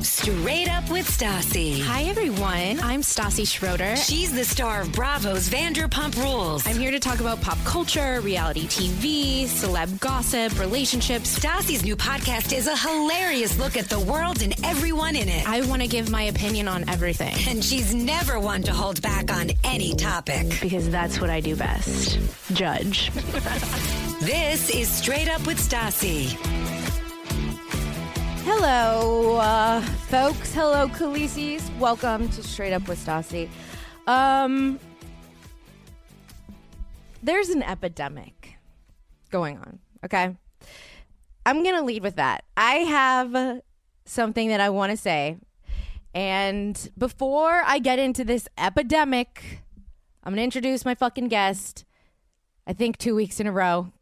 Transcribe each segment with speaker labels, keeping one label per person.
Speaker 1: Straight up with Stassi.
Speaker 2: Hi, everyone. I'm Stassi Schroeder.
Speaker 1: She's the star of Bravo's Vanderpump Rules.
Speaker 2: I'm here to talk about pop culture, reality TV, celeb gossip, relationships.
Speaker 1: Stassi's new podcast is a hilarious look at the world and everyone in it.
Speaker 2: I want to give my opinion on everything.
Speaker 1: And she's never one to hold back on any topic.
Speaker 2: Because that's what I do best judge.
Speaker 1: this is Straight Up with Stassi.
Speaker 3: Hello, uh, folks. Hello, Khaleesi's. Welcome to Straight Up with Stassi. Um, there's an epidemic going on, okay? I'm going to lead with that. I have something that I want to say. And before I get into this epidemic, I'm going to introduce my fucking guest. I think two weeks in a row.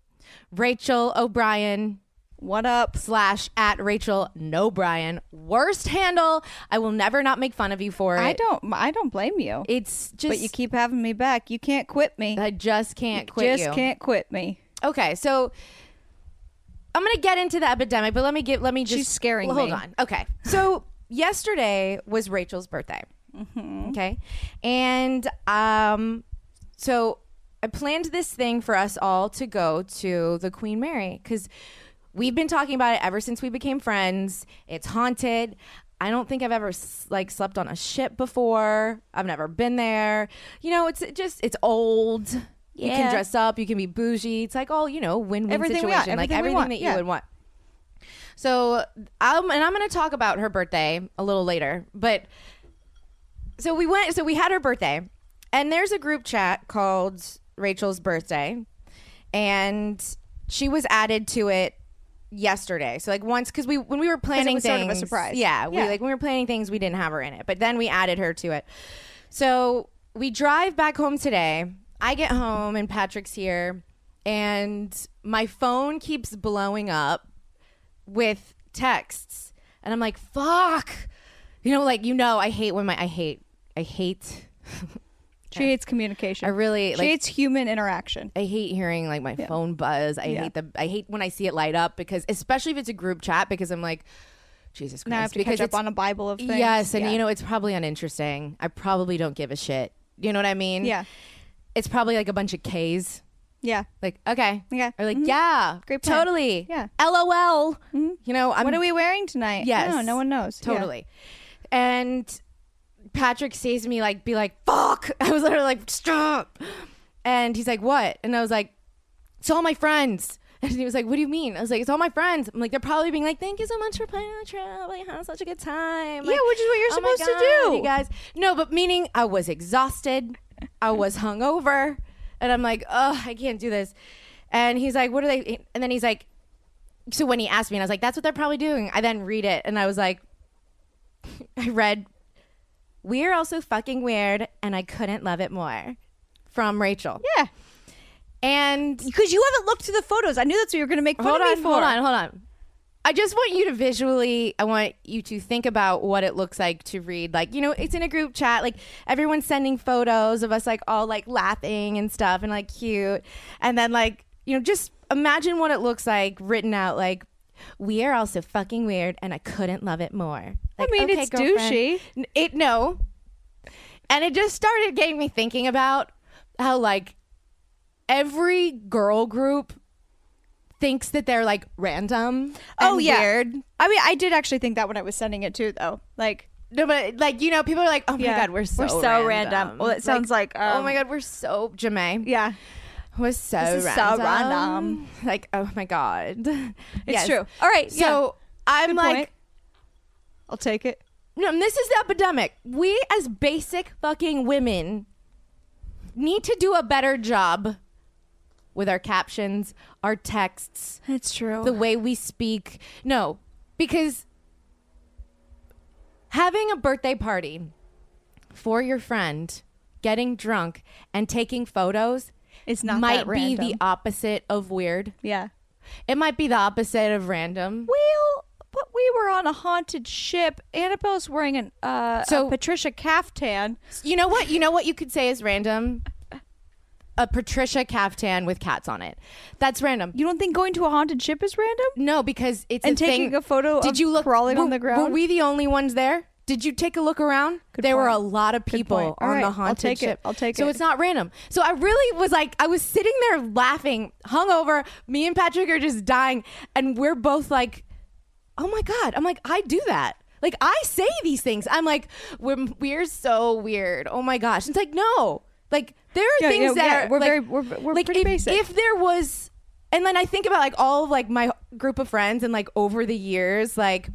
Speaker 3: Rachel O'Brien.
Speaker 4: What up?
Speaker 3: slash at Rachel No Brian. Worst handle. I will never not make fun of you for it.
Speaker 4: I don't. I don't blame you.
Speaker 3: It's just.
Speaker 4: but you keep having me back. You can't quit me.
Speaker 3: I just can't quit
Speaker 4: Just
Speaker 3: you.
Speaker 4: can't quit me.
Speaker 3: Okay, so I'm gonna get into the epidemic, but let me get. Let me just.
Speaker 4: She's scaring
Speaker 3: Hold
Speaker 4: me.
Speaker 3: on. Okay, so yesterday was Rachel's birthday.
Speaker 4: Mm-hmm.
Speaker 3: Okay, and um, so I planned this thing for us all to go to the Queen Mary because we've been talking about it ever since we became friends. It's haunted. I don't think I've ever s- like slept on a ship before. I've never been there. You know, it's just it's old. You can
Speaker 4: Yeah.
Speaker 3: dress up. You can be bougie. It's like all you know, win-win
Speaker 4: Everything we
Speaker 3: situation,
Speaker 4: want,
Speaker 3: like
Speaker 4: everything
Speaker 3: everything
Speaker 4: we want,
Speaker 3: that you
Speaker 4: yeah.
Speaker 3: would want. So, um, and I'm going to talk about her birthday a little later, but so we went, so we had her birthday, and there's a group chat called Rachel's birthday, and she was added to it yesterday. So like once, because we when we were planning
Speaker 4: was
Speaker 3: things,
Speaker 4: sort of a surprise.
Speaker 3: Yeah, we
Speaker 4: Yeah.
Speaker 3: like when we were planning things, we didn't have her in it, but then we added her to it. So we drive back home today. I get home and Patrick's here, and my phone keeps blowing up with texts and i'm like fuck you know like you know i hate when my i hate i hate
Speaker 4: She hates communication.
Speaker 3: i really
Speaker 4: she
Speaker 3: like
Speaker 4: hates human interaction.
Speaker 3: i hate hearing like my phone buzz i
Speaker 4: Yeah.
Speaker 3: hate the i hate when i see it light up because especially if it's a group chat because i'm like jesus christ
Speaker 4: Now I have to
Speaker 3: because
Speaker 4: catch up
Speaker 3: it's-
Speaker 4: on a Bible of things.
Speaker 3: yes and
Speaker 4: Yeah.
Speaker 3: you know it's probably uninteresting i probably don't give a shit you know what i mean
Speaker 4: Yeah.
Speaker 3: it's probably like a bunch of k's
Speaker 4: Yeah.
Speaker 3: like okay
Speaker 4: Yeah. Mm-hmm.
Speaker 3: or like yeah
Speaker 4: Great plan.
Speaker 3: totally
Speaker 4: Yeah. Mm-hmm.
Speaker 3: lol you know i'm
Speaker 4: What are we wearing tonight?
Speaker 3: Yes.
Speaker 4: No, no one knows. Yeah.
Speaker 3: Totally. And Patrick sees me like be like, fuck. I was literally like, stop. And he's like, what? And I was like, it's all my friends. And he was like, what do you mean? I was like, it's all my friends. I'm like, they're probably being like, thank you so much for planning the trip. Like, had such a good time. Like,
Speaker 4: Yeah, which is what you're
Speaker 3: "Oh my
Speaker 4: supposed to
Speaker 3: God,
Speaker 4: do."
Speaker 3: You guys. No, but meaning I was exhausted. I was hungover. And I'm like, oh, I can't do this. And he's like, what are they? And then he's like, so when he asked me, and I was like, that's what they're probably doing. I then read it and I was like, I read, We're also fucking weird and I couldn't love it more from Rachel.
Speaker 4: Yeah.
Speaker 3: And
Speaker 4: Because you haven't looked through the photos. I knew that's what you were going to make fun
Speaker 3: hold
Speaker 4: of
Speaker 3: on,
Speaker 4: me for.
Speaker 3: hold on, hold on. I just want you to visually, I want you to think about what it looks like to read. Like, you know, it's in a group chat, like everyone's sending photos of us, like all like laughing and stuff and like cute. And then, like, you know, just imagine what it looks like written out, like, we are also fucking weird and I couldn't love it more. Like,
Speaker 4: mean, it's douchey.
Speaker 3: N- It, no. And it just started getting me thinking about how, like, every girl group thinks that they're like random.
Speaker 4: Oh
Speaker 3: and
Speaker 4: yeah.
Speaker 3: weird.
Speaker 4: I mean, I did actually think that when I was sending it too, though. Like,
Speaker 3: No, but like you know, people are like, "Oh my
Speaker 4: Yeah.
Speaker 3: god, we're so
Speaker 4: We're so random. Well, it sounds like,
Speaker 3: oh
Speaker 4: um,
Speaker 3: my god, we're so Jamae."
Speaker 4: yeah.
Speaker 3: was so
Speaker 4: This is so
Speaker 3: random.
Speaker 4: random.
Speaker 3: Like, oh my god, it's
Speaker 4: true. All right,
Speaker 3: so
Speaker 4: yeah.
Speaker 3: I'm
Speaker 4: Good
Speaker 3: like,
Speaker 4: point. I'll take it.
Speaker 3: no, this is the epidemic. We as basic fucking women need to do a better job with our captions, our texts,
Speaker 4: It's true.
Speaker 3: the way we speak. No, because having a birthday party for your friend, getting drunk, and taking photos
Speaker 4: It's not
Speaker 3: might
Speaker 4: that
Speaker 3: be the
Speaker 4: random.
Speaker 3: opposite of weird.
Speaker 4: yeah.
Speaker 3: It might be the opposite of random.
Speaker 4: Well, but we were on a haunted ship. Annabelle's wearing an uh,
Speaker 3: So-
Speaker 4: a Patricia caftan.
Speaker 3: You know what? You know what you could say is random. A Patricia caftan with cats on it. That's random.
Speaker 4: You don't think going to a haunted ship is random?
Speaker 3: No, because it's
Speaker 4: And
Speaker 3: a thing-
Speaker 4: taking a photo
Speaker 3: Did
Speaker 4: of
Speaker 3: you look
Speaker 4: crawling
Speaker 3: were,
Speaker 4: on the
Speaker 3: Were
Speaker 4: ground?
Speaker 3: we the only ones there? Did you take a look around? there were a
Speaker 4: point.
Speaker 3: lot of
Speaker 4: Good
Speaker 3: people
Speaker 4: point.
Speaker 3: on
Speaker 4: All right,
Speaker 3: the
Speaker 4: I'll
Speaker 3: haunted
Speaker 4: take it.
Speaker 3: ship.
Speaker 4: I'll take
Speaker 3: So
Speaker 4: it.
Speaker 3: it's not random. So I really was like, I was sitting there laughing, hungover. Me and Patrick are just dying, and we're both like, "Oh my god!" I'm like, I do that. Like I say these things. I'm like, we're, we're so weird. Oh my gosh! It's like no, like there are
Speaker 4: Yeah,
Speaker 3: things
Speaker 4: yeah,
Speaker 3: that
Speaker 4: yeah.
Speaker 3: are
Speaker 4: We're
Speaker 3: like,
Speaker 4: very- we're- we're
Speaker 3: like,
Speaker 4: pretty
Speaker 3: if,
Speaker 4: basic.
Speaker 3: if there was and then i think about like all of like my group of friends and like over the years like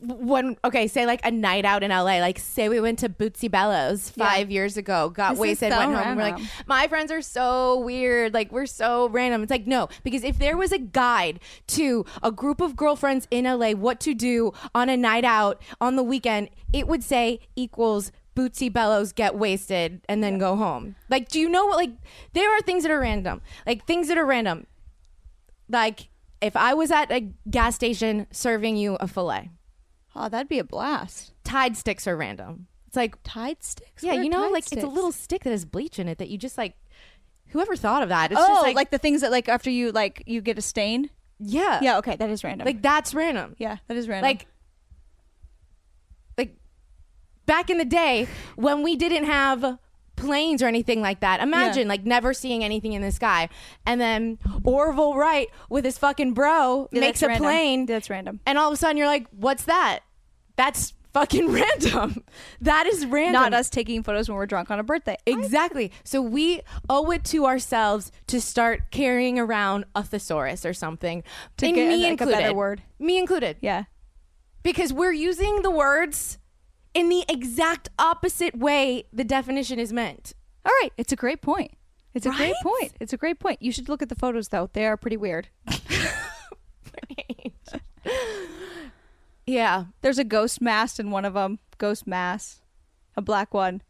Speaker 3: when okay say like a night out in la like say we went to bootsy bellows five years ago got
Speaker 4: This is
Speaker 3: wasted
Speaker 4: so
Speaker 3: went home we're like
Speaker 4: random.
Speaker 3: my friends are so weird like we're so random it's like no because if there was a guide to a group of girlfriends in la what to do on a night out on the weekend it would say equals bootsy bellows get wasted and then go home like do you know what like there are things that are random like things that are random like if i was at a gas station serving you a fillet
Speaker 4: Oh, that'd be a blast.
Speaker 3: tide sticks are random it's like
Speaker 4: Tide sticks.
Speaker 3: yeah
Speaker 4: What are
Speaker 3: you know
Speaker 4: Tide
Speaker 3: like it's
Speaker 4: sticks?
Speaker 3: a little stick that has bleach in it that you just like whoever thought of that it's
Speaker 4: oh,
Speaker 3: just
Speaker 4: like, the things that like after you like you get a stain.
Speaker 3: yeah
Speaker 4: Yeah. Okay, that is random.
Speaker 3: Uh, like that's random
Speaker 4: yeah, that is random.
Speaker 3: like like back in the day when we didn't have planes or anything like that imagine like never seeing anything in the sky and then orville wright with his fucking bro
Speaker 4: Yeah,
Speaker 3: makes
Speaker 4: that's
Speaker 3: a
Speaker 4: random.
Speaker 3: plane
Speaker 4: That's random.
Speaker 3: and all of a sudden you're like what's that that's fucking random that is random
Speaker 4: Not us taking photos when we're drunk on a birthday.
Speaker 3: Exactly. So we owe it to ourselves to start carrying around a thesaurus or something.
Speaker 4: To
Speaker 3: And
Speaker 4: get,
Speaker 3: me
Speaker 4: like, a better
Speaker 3: included.
Speaker 4: word.
Speaker 3: Me included.
Speaker 4: yeah.
Speaker 3: Because we're using the words in the exact opposite way the definition is meant.
Speaker 4: All right. It's a great point. It's a great
Speaker 3: Right?
Speaker 4: point. It's a great point. You should look at the photos though. They are pretty weird.
Speaker 3: Yeah.
Speaker 4: There's a ghost mask in one of them. Ghost mask, a black one.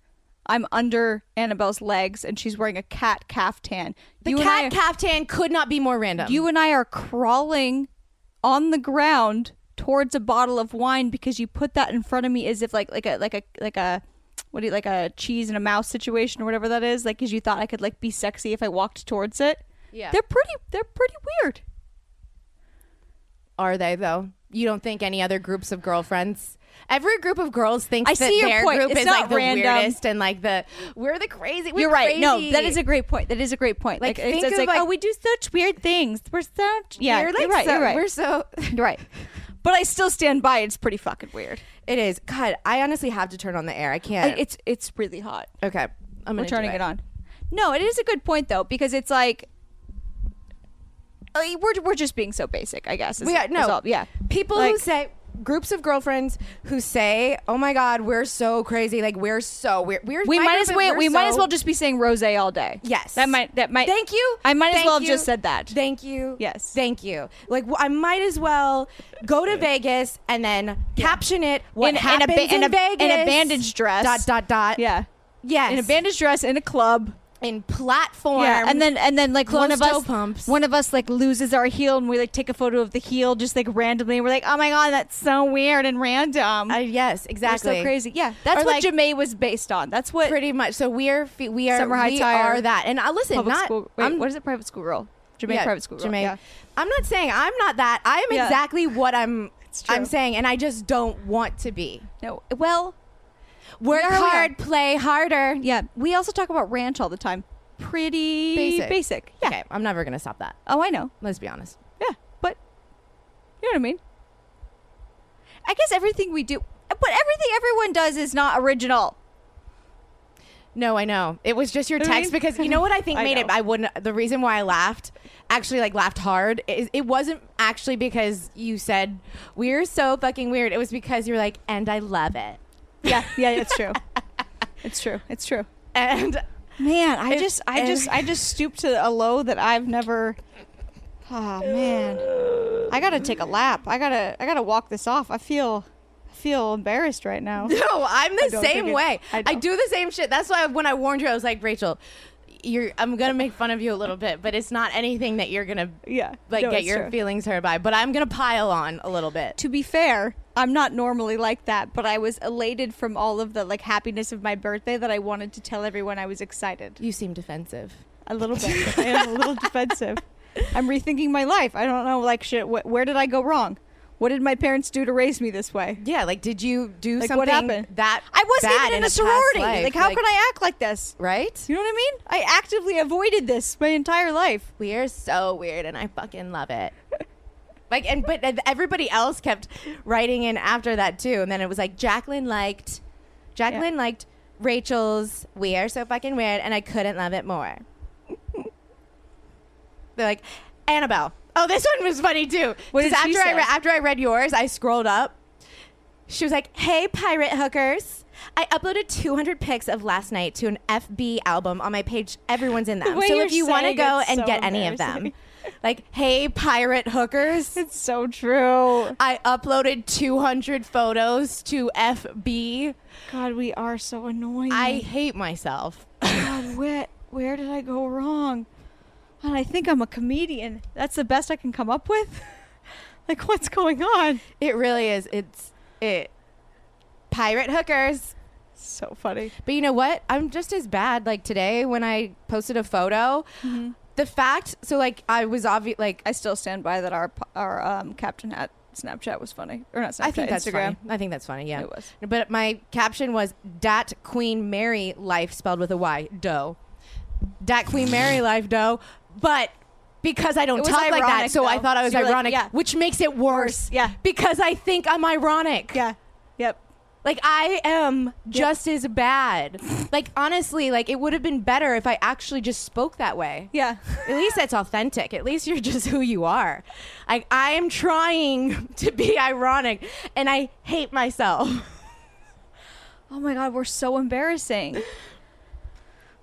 Speaker 4: I'm under Annabelle's legs, and she's wearing a cat caftan.
Speaker 3: The
Speaker 4: you
Speaker 3: cat
Speaker 4: and I,
Speaker 3: caftan could not be more random.
Speaker 4: You and I are crawling on the ground towards a bottle of wine because you put that in front of me as if like like a like a like a what do you like a cheese and a mouse situation or whatever that is. Like, because you thought I could like be sexy if I walked towards it.
Speaker 3: Yeah.
Speaker 4: they're pretty. They're pretty weird.
Speaker 3: Are they though? You don't think any other groups of girlfriends? Every group of girls thinks
Speaker 4: I
Speaker 3: that
Speaker 4: see your
Speaker 3: their
Speaker 4: point.
Speaker 3: group
Speaker 4: It's
Speaker 3: is
Speaker 4: not
Speaker 3: like the
Speaker 4: random.
Speaker 3: weirdest and like the we're the crazy. We're
Speaker 4: You're right. No,
Speaker 3: crazy.
Speaker 4: that is a great point. That is a great point.
Speaker 3: Like,
Speaker 4: Like, it's,
Speaker 3: think
Speaker 4: it's
Speaker 3: of,
Speaker 4: like,
Speaker 3: like-
Speaker 4: oh, we do such weird things. We're such yeah.
Speaker 3: We're like
Speaker 4: you're right.
Speaker 3: so,
Speaker 4: you're right.
Speaker 3: We're so.
Speaker 4: You're right. But I still stand by. It's pretty fucking weird.
Speaker 3: It is. God, I honestly have to turn on the air. I
Speaker 4: I-
Speaker 3: can't.
Speaker 4: It's it's really hot.
Speaker 3: okay. I'm gonna
Speaker 4: We're
Speaker 3: do
Speaker 4: turning it. on. No, it is a good point though because it's like. I mean, We're, we're just being so basic, I guess. is-
Speaker 3: We are,
Speaker 4: is
Speaker 3: no.
Speaker 4: all- yeah.
Speaker 3: People who
Speaker 4: Like-
Speaker 3: say groups of girlfriends who say, "Oh my God, we're so crazy. Like we're so weird. We're
Speaker 4: we
Speaker 3: my
Speaker 4: might
Speaker 3: group
Speaker 4: as
Speaker 3: is
Speaker 4: well
Speaker 3: we're
Speaker 4: we might
Speaker 3: so-
Speaker 4: as well just be saying rose all day.
Speaker 3: Yes.
Speaker 4: That might that might
Speaker 3: Thank you.
Speaker 4: I might as
Speaker 3: Thank
Speaker 4: well have
Speaker 3: you.
Speaker 4: just said that.
Speaker 3: Thank you.
Speaker 4: Yes.
Speaker 3: Thank you. Like wh- I might as well go to Vegas and then caption it what
Speaker 4: In- in a
Speaker 3: happens
Speaker 4: ba- in a-
Speaker 3: Vegas
Speaker 4: in a bandage dress.
Speaker 3: Dot dot dot.
Speaker 4: Yeah.
Speaker 3: Yes.
Speaker 4: In a bandage dress in a club.
Speaker 3: in platform.
Speaker 4: Yeah, and then and then like one
Speaker 3: Closed
Speaker 4: of
Speaker 3: toe
Speaker 4: us,
Speaker 3: pumps.
Speaker 4: one of us like loses our heel, and we like take a photo of the heel just like randomly. And we're like, oh my god, that's so weird and random.
Speaker 3: Uh, yes,
Speaker 4: We're
Speaker 3: exactly.
Speaker 4: so crazy. Yeah, that's
Speaker 3: Or, like,
Speaker 4: what Jamae was based on. That's what
Speaker 3: pretty much. So we are fe- we are
Speaker 4: Summer High
Speaker 3: we
Speaker 4: Tire.
Speaker 3: are that. And I listen,
Speaker 4: public
Speaker 3: not
Speaker 4: school. Wait, what is it? Private school girl. Jamae
Speaker 3: yeah,
Speaker 4: private school girl.
Speaker 3: Jermaine.
Speaker 4: Yeah.
Speaker 3: I'm not saying I'm not that. I am
Speaker 4: Yeah.
Speaker 3: exactly what I'm
Speaker 4: true.
Speaker 3: I'm saying and I just don't want to be.
Speaker 4: No. Well,
Speaker 3: Work
Speaker 4: are we
Speaker 3: hard,
Speaker 4: on?
Speaker 3: play harder.
Speaker 4: yeah. We also talk about ranch all the time. Pretty
Speaker 3: Basic.
Speaker 4: basic. Yeah.
Speaker 3: Okay, I'm never going to stop that.
Speaker 4: Oh, I know.
Speaker 3: Let's be honest.
Speaker 4: Yeah, but you know what I mean. I guess everything we do, but everything everyone does is not original.
Speaker 3: No, I know. It was just your text because you know what I think
Speaker 4: I
Speaker 3: made it.
Speaker 4: know.
Speaker 3: I wouldn't. The reason why I laughed, actually, like laughed hard, is it wasn't actually because you said we're so fucking weird. It was because you were like, and I love it.
Speaker 4: Yeah, yeah, it's true. it's true. It's true.
Speaker 3: And
Speaker 4: Man, I
Speaker 3: It-
Speaker 4: just, I
Speaker 3: and-
Speaker 4: just, I just stooped to a low that I've never. Oh man, I gotta take a lap. I gotta, I gotta walk this off. I feel, I feel embarrassed right now.
Speaker 3: no, I'm the
Speaker 4: don't think
Speaker 3: same
Speaker 4: it-
Speaker 3: way.
Speaker 4: I
Speaker 3: I,
Speaker 4: know.
Speaker 3: do the same shit. That's why when I warned you, I was like, Rachel, you're. I'm gonna make fun of you a little bit, but it's not anything that you're gonna
Speaker 4: Yeah,
Speaker 3: like
Speaker 4: no,
Speaker 3: get
Speaker 4: it's
Speaker 3: your
Speaker 4: true.
Speaker 3: feelings hurt by. But I'm gonna pile on a little bit.
Speaker 4: To be fair, I'm not normally like that, but I was elated from all of the like happiness of my birthday that I wanted to tell everyone I was excited.
Speaker 3: You seem defensive.
Speaker 4: A little bit. I am a little defensive. I'm rethinking my life. I don't know, like shit. Wh- where did I go wrong? What did my parents do to raise me this way?
Speaker 3: Yeah, like did you do
Speaker 4: Like
Speaker 3: something
Speaker 4: what happened?
Speaker 3: that
Speaker 4: I wasn't
Speaker 3: bad
Speaker 4: even in a
Speaker 3: past
Speaker 4: sorority.
Speaker 3: life?
Speaker 4: Like, how could I act like this?
Speaker 3: Right?
Speaker 4: You know what I mean? I actively avoided this my entire life.
Speaker 3: we are so weird and I fucking love it. like and but everybody else kept writing in after that too and then it was like Jacqueline liked Jacqueline liked Rachel's we are so fucking weird and I couldn't love it more. They're like Annabelle. Oh, this one was funny too.
Speaker 4: What did
Speaker 3: Because
Speaker 4: she
Speaker 3: after I
Speaker 4: say?
Speaker 3: re- after I read yours, I scrolled up. She was like, "Hey, pirate hookers." I uploaded 200 pics of last night to an FB album on my page. Everyone's in them.
Speaker 4: way
Speaker 3: So
Speaker 4: you're
Speaker 3: if you want to
Speaker 4: saying
Speaker 3: go
Speaker 4: it's
Speaker 3: and
Speaker 4: so
Speaker 3: get any of them,
Speaker 4: embarrassing.
Speaker 3: like, hey, pirate hookers,
Speaker 4: It's so true.
Speaker 3: I uploaded 200 photos to FB.
Speaker 4: God, we are so annoying.
Speaker 3: I hate myself.
Speaker 4: God, where, where did I go wrong? And I think I'm a comedian. That's the best I can come up with. like, what's going on?
Speaker 3: It really is. It's it. Pirate hookers.
Speaker 4: So funny.
Speaker 3: But you know what? I'm just as bad. Like today when I posted a photo, the fact, so like I was obvious, like,
Speaker 4: I still stand by that our our um, captain hat Snapchat was funny, or not Snapchat?
Speaker 3: I think that's
Speaker 4: Instagram.
Speaker 3: funny. I think that's funny. Yeah,
Speaker 4: It was.
Speaker 3: But my caption was "Dat Queen Mary life" spelled with a Y. Doe. Dat Queen Mary life doe. But because I don't
Speaker 4: Mm. It was
Speaker 3: talk like that,
Speaker 4: ironic,
Speaker 3: so I
Speaker 4: though.
Speaker 3: thought I was
Speaker 4: So you were like,
Speaker 3: ironic,
Speaker 4: yeah.
Speaker 3: which makes it worse.
Speaker 4: Worse, yeah.
Speaker 3: Because I think I'm ironic.
Speaker 4: Yeah. Yep.
Speaker 3: Like I am just as bad. like honestly, like it would have been better if I actually just spoke that way.
Speaker 4: Yeah.
Speaker 3: At least that's authentic. At least you're just who you are. Like I am trying to be ironic and I hate myself.
Speaker 4: Oh my god, we're so embarrassing.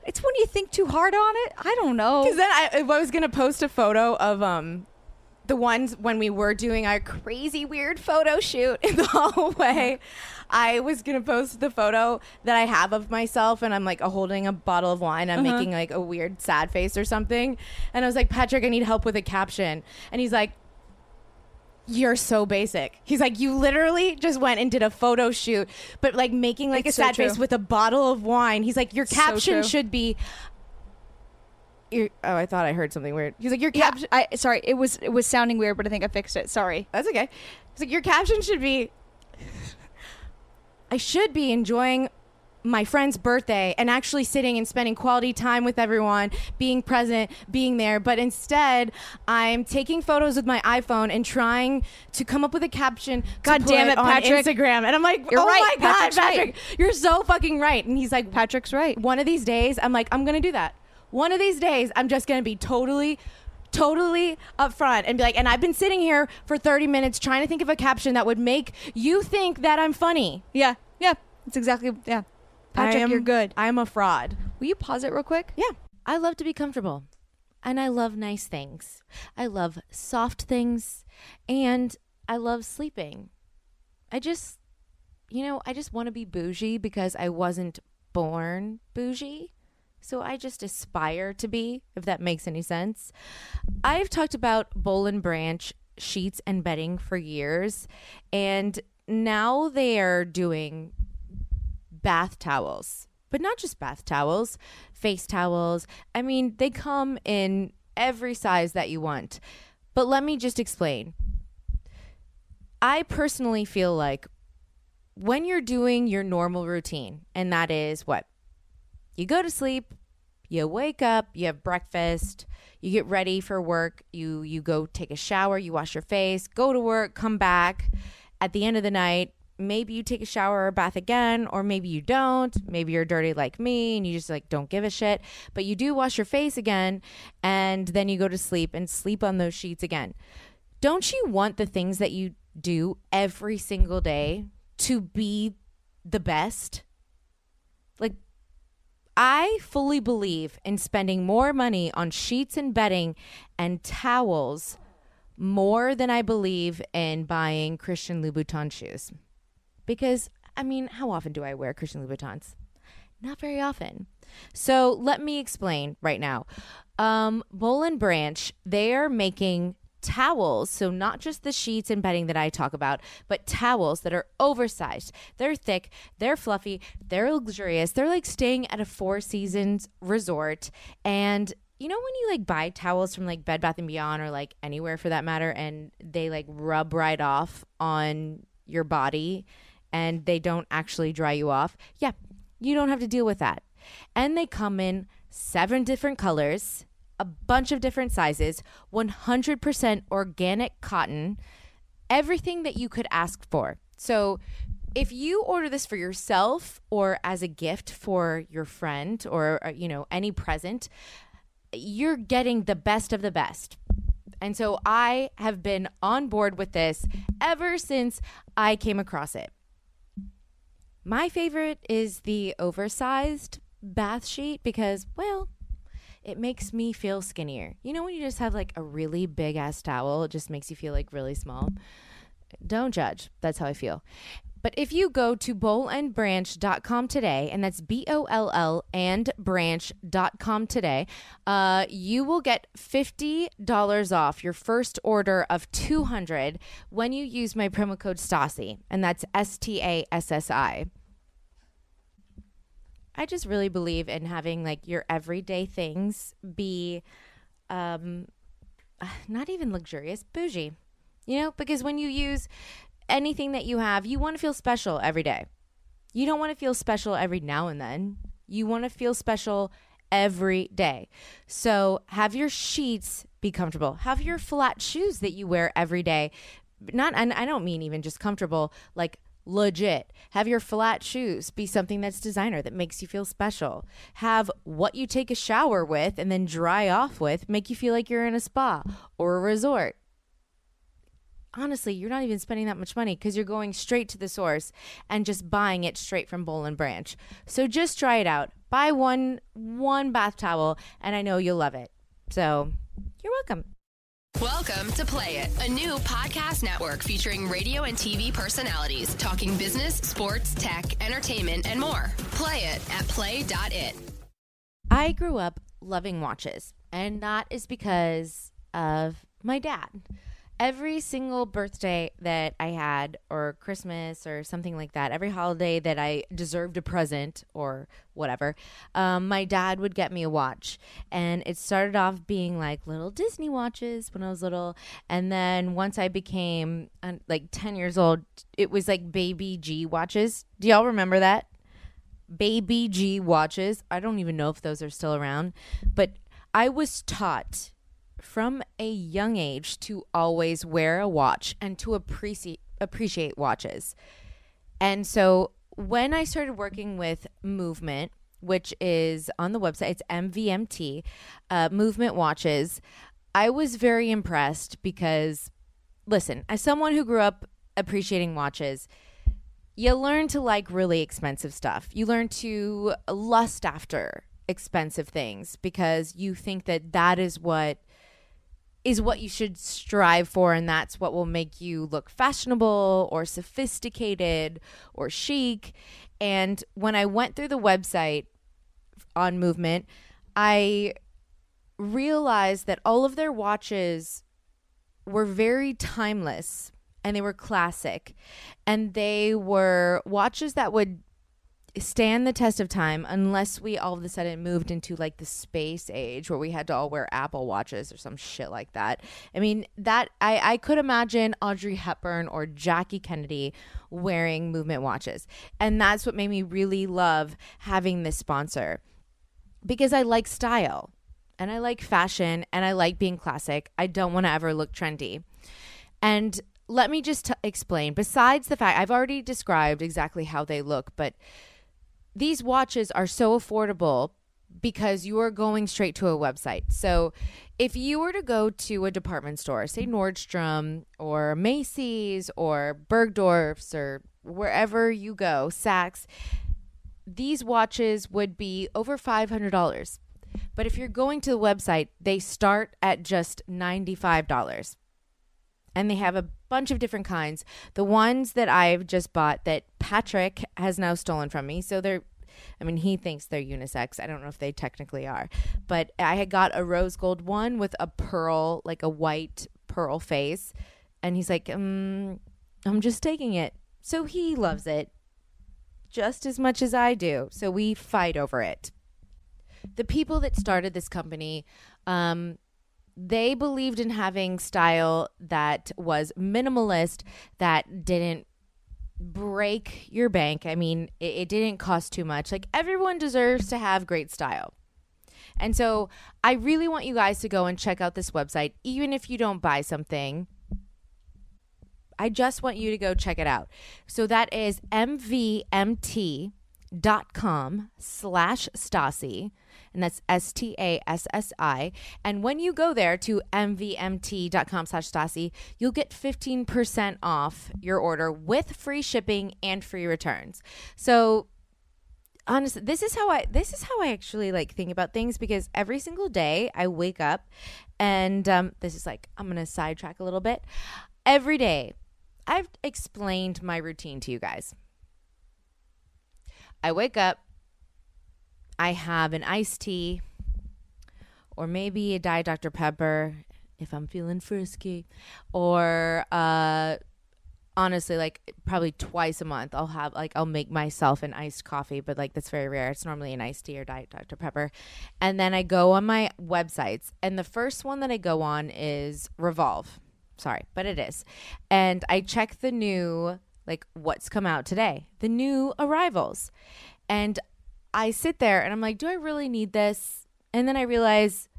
Speaker 4: It's when you think too hard on it. I don't
Speaker 3: Cuz
Speaker 4: know.
Speaker 3: then I, I was going to post a photo of um the ones when we were doing our crazy weird photo shoot in the hallway. I was going to post the photo that I have of myself and I'm like holding a bottle of wine. I'm
Speaker 4: Uh-huh.
Speaker 3: making like a weird sad face or something. And I was like, "Patrick, I need help with a caption." And he's like, you're so basic. He's like, you literally just went and did a photo shoot, but like making like
Speaker 4: It's
Speaker 3: a
Speaker 4: so
Speaker 3: sad
Speaker 4: true.
Speaker 3: face with a bottle of wine. He's like, your
Speaker 4: So
Speaker 3: caption
Speaker 4: true.
Speaker 3: should be. Your, oh, I thought I heard something weird. He's like, your
Speaker 4: Yeah,
Speaker 3: caption.
Speaker 4: I sorry, it was it was sounding weird, but I think I fixed it. Sorry.
Speaker 3: That's okay. He's like, your caption should be. I should be enjoying my friend's birthday and actually sitting and spending quality time with everyone, being present, being there. But instead, I'm taking photos with my iPhone and trying to come up with a caption. to
Speaker 4: God
Speaker 3: put
Speaker 4: damn it,
Speaker 3: on
Speaker 4: Patrick.
Speaker 3: Instagram, and I'm like,
Speaker 4: You're
Speaker 3: oh
Speaker 4: right.
Speaker 3: my god,
Speaker 4: Patrick's right.
Speaker 3: Patrick, you're so fucking right. And he's like,
Speaker 4: Patrick's right.
Speaker 3: One of these days, I'm like, I'm gonna do that. One of these days, I'm just gonna be totally. Totally upfront and be like, and I've been sitting here for 30 minutes trying to think of a caption that would make you think that I'm funny.
Speaker 4: Yeah. Yeah. It's exactly yeah. Patrick,
Speaker 3: I am-
Speaker 4: you're good.
Speaker 3: I am a fraud.
Speaker 4: Will you pause it real quick?
Speaker 3: Yeah.
Speaker 5: I love to be comfortable and I love nice things. I love soft things and I love sleeping. I just, you know, I just want to be bougie because I wasn't born bougie. So I just aspire to be, if that makes any sense. I've talked about Bolin Branch sheets and bedding for years, and now they are doing bath towels, but not just bath towels, face towels. I mean, they come in every size that you want. But let me just explain. I personally feel like when you're doing your normal routine, and that is what you go to sleep, you wake up, you have breakfast, you get ready for work, you you go take a shower, you wash your face, go to work, come back. At the end of the night,
Speaker 3: maybe you take a shower or bath again, or maybe you don't. Maybe you're dirty like me and you just like don't give a shit. But you do wash your face again and then you go to sleep and sleep on those sheets again. Don't you want the things that you do every single day to be the best? Like, I fully believe in spending more money on sheets and bedding and towels more than I believe in buying Christian Louboutin shoes. Because, I mean, how often do I wear Christian Louboutins? Not very often. So let me explain right now. Um, Bolin Branch, they are making towels. So not just the sheets and bedding that I talk about, but towels that are oversized. They're thick, they're fluffy, they're luxurious. They're like staying at a Four Seasons resort. And you know when you like buy towels from like Bed Bath and Beyond or like anywhere for that matter, and they like rub right off on your body and they don't actually dry you off. Yeah, you don't have to deal with that. And they come in seven different colors, a bunch of different sizes, 100% organic cotton, everything that you could ask for. So if you order this for yourself or as a gift for your friend or, or you know any present, you're getting the best of the best. And so I have been on board with this ever since I came across it. My favorite is the oversized bath sheet because, well, it makes me feel skinnier. You know, when you just have like a really big ass towel, it just makes you feel like really small. Don't judge. That's how I feel. But if you go to bowlandbranch.com today, and that's B O L L and branch.com today, uh, you will get $50 off your first order of 200 when you use my promo code STASI, and that's S T A S S I. I just really believe in having like your everyday things be um not even luxurious, bougie. You know, because when you use anything that you have, you want to feel special every day. You don't want to feel special every now and then. You want to feel special every day. So have your sheets be comfortable. Have your flat shoes that you wear every day. Not and I don't mean even just comfortable, like legit. Have your flat shoes be something that's designer that makes you feel special. Have what you take a shower with and then dry off with make you feel like you're in a spa or a resort. Honestly, you're not even spending that much money because you're going straight to the source and just buying it straight from Bowl and Branch. So just try it out. Buy one one bath towel and I know you'll love it. So you're welcome.
Speaker 1: Welcome to Play It, a new podcast network featuring radio and TV personalities talking business, sports, tech, entertainment, and more. Play it at play.it.
Speaker 3: I grew up loving watches, and that is because of my dad. Every single birthday that I had, or Christmas, or something like that, every holiday that I deserved a present or whatever, um, my dad would get me a watch. And it started off being like little Disney watches when I was little. And then once I became uh, like 10 years old, it was like baby G watches. Do y'all remember that? baby G watches. I don't even know if those are still around, but I was taught from a young age to always wear a watch and to appreciate appreciate watches. And so when I started working with Movement, which is on the website, it's MVMT, uh, Movement Watches, I was very impressed because, listen, as someone who grew up appreciating watches, you learn to like really expensive stuff. You learn to lust after expensive things because you think that that is what is what you should strive for and that's what will make you look fashionable or sophisticated or chic. And when I went through the website on movement, I realized that all of their watches were very timeless and they were classic and they were watches that would stand the test of time unless we all of a sudden moved into like the space age where we had to all wear apple watches or some shit like that i mean that i, I could imagine audrey hepburn or jackie kennedy wearing movement watches and that's what made me really love having this sponsor because i like style and i like fashion and i like being classic i don't want to ever look trendy and let me just t- explain. Besides the fact I've already described exactly how they look, but these watches are so affordable because you are going straight to a website. So if you were to go to a department store, say Nordstrom or Macy's or Bergdorf's or wherever you go, Saks, these watches would be over $500. But if you're going to the website, they start at just $95 and they have a bunch of different kinds. The ones that I've just bought that Patrick has now stolen from me. So they're, I mean, he thinks they're unisex. I don't know if they technically are, but I had got a rose gold one with a pearl, like a white pearl face. And he's like, um, I'm just taking it. So he loves it just as much as I do. So we fight over it. The people that started this company, um, they believed in having style that was minimalist, that didn't break your bank. I mean, it, it didn't cost too much. Like, everyone deserves to have great style. And so, I really want you guys to go and check out this website, even if you don't buy something. I just want you to go check it out. So that is mvmt.com slash Stasi. And that's S T A S S I. And when you go there to mvmt.com slash Stasi, you'll get 15% off your order with free shipping and free returns. So honestly this is how i this is how i actually like think about things because every single day i wake up and um, this is like i'm gonna sidetrack a little bit every day i've explained my routine to you guys i wake up i have an iced tea or maybe a diet dr pepper if i'm feeling frisky or uh honestly like probably twice a month i'll have like i'll make myself an iced coffee but like that's very rare it's normally an iced tea or diet dr pepper and then i go on my websites and the first one that i go on is revolve sorry but it is and i check the new like what's come out today the new arrivals and i sit there and i'm like do i really need this and then i realize